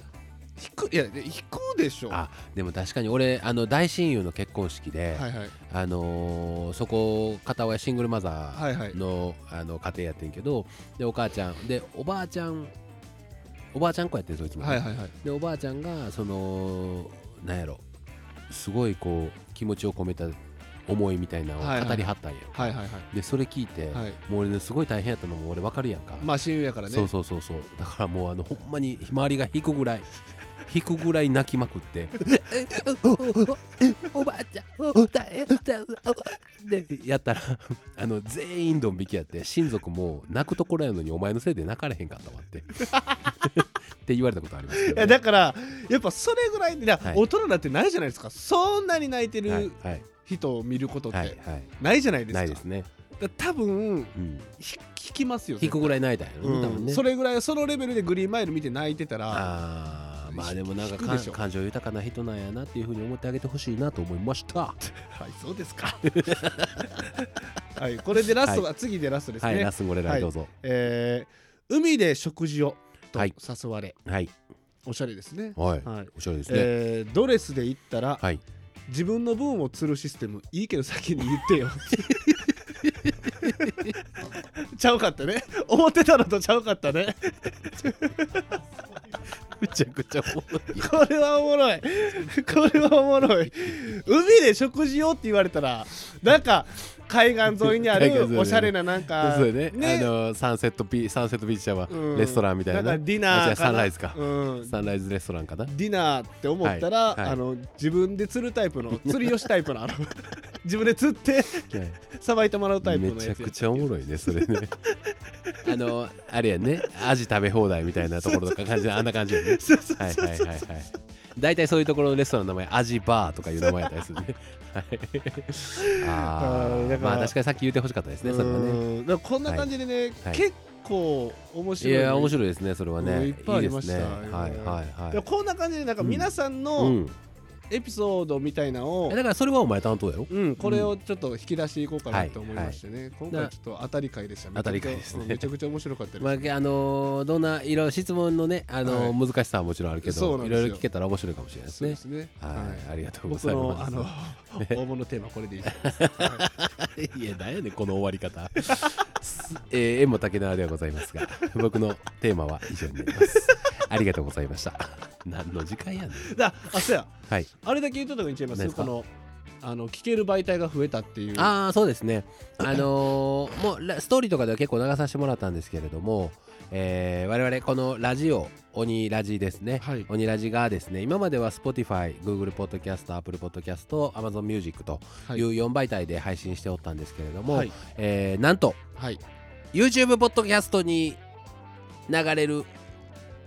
A: 引くいや引くでしょ
B: あでも確かに俺あの大親友の結婚式で、
A: はいはい
B: あのーそこ片親シングルマザー、
A: はいはい
B: のあの家庭やってんけどでお母ちゃんでおばあちゃんおばあちゃん子やってるそいつもね、
A: はいはいはい
B: でおばあちゃんがそのなんやろすごいこう気持ちを込めた思いみたいなのを語りはったんや、
A: はいはい
B: でそれ聞いて、
A: はいはい
B: もう俺ねすごい大変やったのも俺わかるやんか、
A: まあ親友やからね
B: そうそうそうそうだからもうあのほんまに周りが引くぐらい引くぐらい泣きま くっておばあちゃん歌え歌うでやったら あの全員ドン引きやって親族も泣くところやのにお前のせいで泣かれへんかったわって って言われたことありますけ
A: い
B: ど、
A: や
B: ね、
A: だからやっぱそれぐらいだから
B: はい
A: 大人になってないじゃないですか、そんなに泣いて
B: はい
A: る
B: はい
A: 人を見ることっ
B: はい
A: て
B: はい
A: ないじゃないですか,、
B: ないですね、
A: だから多分
B: うん、
A: ひ引きますよ
B: 引くぐらい泣いたんやろね、
A: うん
B: 多分ね
A: それぐらいそのレベルでグリーンマイル見て泣いてたら
B: あーまあでもなんか
A: 引く
B: か
A: で
B: ん
A: しょ
B: 感情豊かな人なんやなっていうふうに思ってあげてほしいなと思いま した。
A: はいそうですか はいこれでラストが、次でラストですね、
B: はい、ラスンゴレライどうぞ。
A: えー海で食事をと
B: はい
A: 誘われ、
B: はい。
A: おしゃれですね、
B: はい。
A: はい
B: おしゃれですね。
A: えードレスで行ったら、
B: はい。
A: 自分の分を釣るシステムいいけど先に言ってよ ちゃうかったね思ってたのとちゃうかったね
B: めちゃくちゃおもろい。
A: これはおもろいこれはおもろい海で食事をって言われたらなんか海岸沿いにあ
B: 海岸沿いに
A: るおしゃれななんか
B: そうだねあのサンセットビサンセットビーチシャワ
A: う
B: ー
A: ん
B: レストランみたいな。
A: なんかディナーか
B: あ
A: な
B: 違うサンライズか。
A: うん
B: サンライズレストランかな。
A: ディナーって思ったら、
B: はいはい
A: あの自分で釣るタイプの釣りをしタイプのあ の自分で釣ってさばいてもらうタイプ
B: め
A: の
B: ち
A: や
B: ゃ
A: つや
B: くちゃおもろいねそれね。 あのあれやねアジ食べ放題みたいなところとか感じであんな感じやね。はいはいはいはい。大体そういうところのレストランの名前アジバーとかいう名前やったりするね。はい。
A: あー
B: あ
A: だ
B: あ
A: から
B: まあ確かにさっき言ってほしかったですねそれはね。
A: うんだからこんな感じでね、
B: はい
A: 結構面
B: い
A: 白い,、
B: や面白いですねそれは
A: うん
B: ね
A: いっぱいありました
B: いいですねはいはい
A: いや
B: は
A: こんな感じでなんか皆さん
B: い、う
A: の
B: ん、
A: エピソードみたいなの
B: え
A: を
B: だからそれはお前担当だよ
A: うん、これをちょっと引き出していこうかなと思いましてね、今
B: な
A: 回ちょっと当たり会でしたね
B: 当たり会ですね
A: めちゃくちゃ面白かったです、
B: まあ、あのーどんないろいろ質問のね、あのー難しさはもちろんあるけ
A: そう
B: ど
A: ないんですよ
B: ろいろ聞けたら面白いかもしれないです
A: そう
B: ね
A: ですね
B: はい、ありがとうご
A: 僕
B: ざい
A: の
B: ます
A: あの 応募のテーマこれでいいです
B: いやだよねこの終わり方 すえー、縁も竹縄ではございますが 僕のテーマは以上になります ありがとうございました 何の時間やねん
A: だあそうや
B: はい
A: あれだけ言っとったのに違いま
B: 何
A: す
B: ですか
A: このあの聞ける媒体が増えたっていう
B: ああそうです ねあのーもうラストーリーとかでは結構流させてもらったんですけれども、えー我々このラジオ鬼ラジですね、
A: はい
B: 鬼ラジがですね今までは Spotify、Google Podcast、Apple Podcast、Amazon Music と
A: はいいう
B: 4媒体で配信しておったんですけれども、
A: はい
B: えーなんと
A: はい
B: YouTube ポッドキャストに流れる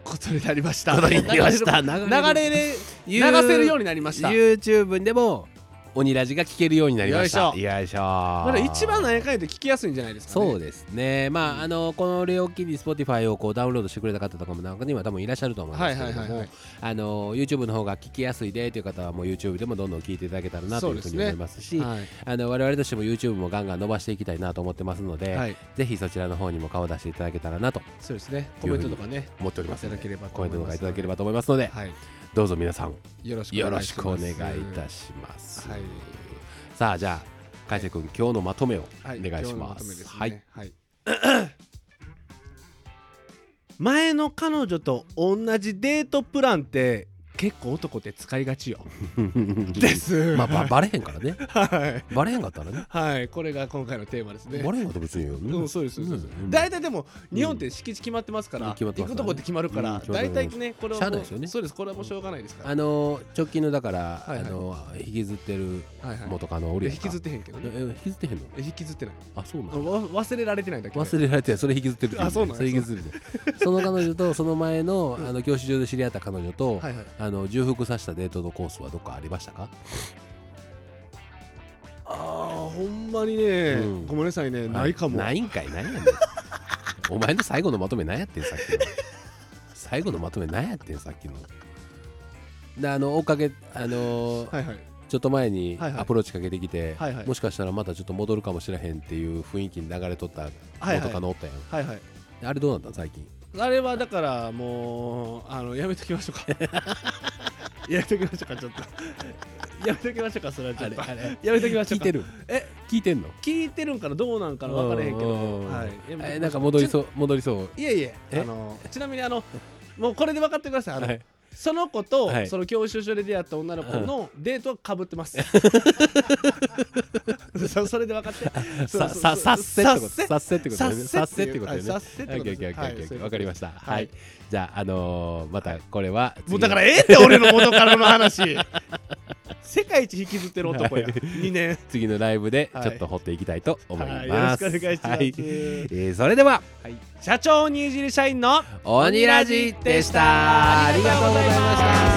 A: ことになりました
B: ことになりました流
A: 流れ
B: れ
A: で流
B: ゆう
A: せるようになりました
B: YouTube でも鬼ラジが聞けるようになりました
A: よい
B: よいしょ
A: だから一番
B: ね
A: 何やかんやで聞きやすいんじゃないですかね
B: そうですねまああのこれを機に Spotify をこうダウンロードしてくれた方とかも中には多分いらっしゃると思うん
A: はい
B: ですけ
A: は
B: れ
A: い
B: ど
A: はいは
B: も
A: い
B: あの YouTube の方が聞きやすいでという方はもう YouTube でもどんどん聞いていただけたらなというふう
A: そう
B: に
A: ですね
B: 思いますし
A: はい
B: あの我々としても YouTube もガンガン伸ばしていきたいなと思ってますので、
A: はい
B: ぜひそちらの方にも顔を出していただけたらなと
A: そうですねコメントとかね
B: 思っており
A: い
B: ます
A: た
B: の
A: だ
B: で
A: ければと
B: コメ
A: 思
B: ントとかいただけれ
A: ば
B: ばと思いますので、
A: はい
B: どうぞ皆さん
A: よろしく
B: よろしくお願いいた
A: し
B: します。
A: はい
B: さあじゃあ海瀬君、今日のまとめをお
A: はい
B: 願い
A: 今日
B: し
A: のま
B: ま。
A: とめですすね
B: はい、
A: はい
C: 前の彼女
A: ちょっと同じデートプランって結構男って使いがちよです
B: まあばバレへんからね。
A: はい
B: バレへんかったらね。
A: はいこれが今回のテーマですね
B: バレへんかったら別にいいよね。
A: うんそうですそうですそうです
B: うん
A: 大体でも
B: うん
A: 日本って敷地決まってますから
B: うん決まって
A: 行
B: ます
A: く
B: からね
A: とこって決まるか
B: うん
A: ら
B: 決まって
A: 大
B: ます
A: 体ねこれ
B: しゃ
A: は
B: あない
A: も
B: ですよね
A: うそうですこれはもうしょうがないですから
B: あのー直近のだから、
A: はいはい
B: あのー引きずってる
A: はいはい
B: 元カノお
A: い
B: る
A: や
B: やん
A: 引
B: か
A: きずってへんけどね
B: ええ引きずってへんの
A: え引きずってない
B: あそうな
A: あ
B: の
A: わ忘れられてないだけで
B: 忘れられてないそれ引きずってるって言
A: あそうなんや
B: それ引きずってるその彼女とその前のあの教習所で知り合った彼女と、
A: はいはい
B: あの重複させたデートのコースはどっかありましたか
A: あーほんまにね
B: うん
A: ごめんなさいね
B: はい
A: ないかも
B: ないんかいないやねんお前の最後のまとめ何やってんさっきの最後のまとめ何やってんさっきのであの追っかけあのー
A: はいはい
B: ちょっと前に
A: はいはい
B: アプローチかけてきて、
A: はいはい
B: もしかしたらまたちょっと戻るかもしれへんっていう雰囲気に流れとった
A: はい
B: 元カノおったやん、
A: はいはい
B: あれどうなったん最近
A: あれはだからもうあのやめときましょう かやめときましょうかちょっとやめときましょうかそれはちょっと
B: れ
A: やめときましょう
B: 聞い
A: か
B: てる
A: え
B: 聞いてんの
A: 聞いてるんかなどうなんかな分からへんけ
B: う
A: ど、
B: う
A: はい、やめときましょ
B: え
A: う
B: なんか戻りそう戻りそう
A: ちいえいえあ
B: え
A: のちなみにあのもうこれで分かってくださいあの、
B: はい
A: その子と、
B: はい
A: その教習所で出会った女の子のデートはかぶって ます、 そそれで分かって
B: さささっせってことさっせってことだよねさ
A: さっ
B: っせ
A: せ
B: ってことだよね
A: はいさっせってことです
B: オッケーオッケーオッケー
A: はい
B: オッケー
A: そういうことです
B: わかりましたは
A: はいい
B: じゃああのーまたこれは
A: もうだから
B: え
A: ええって俺の元からの話世界一引きずってる男や
B: はい
A: 2年
B: 次のライブで
A: はい
B: ちょっと掘っていきたいと思い
A: はいよろ
B: ま
A: し
B: す
A: くお願いします、
B: はえーそれでは
A: はい社長にいじる社員の
B: 鬼ラジでしたありがとうございました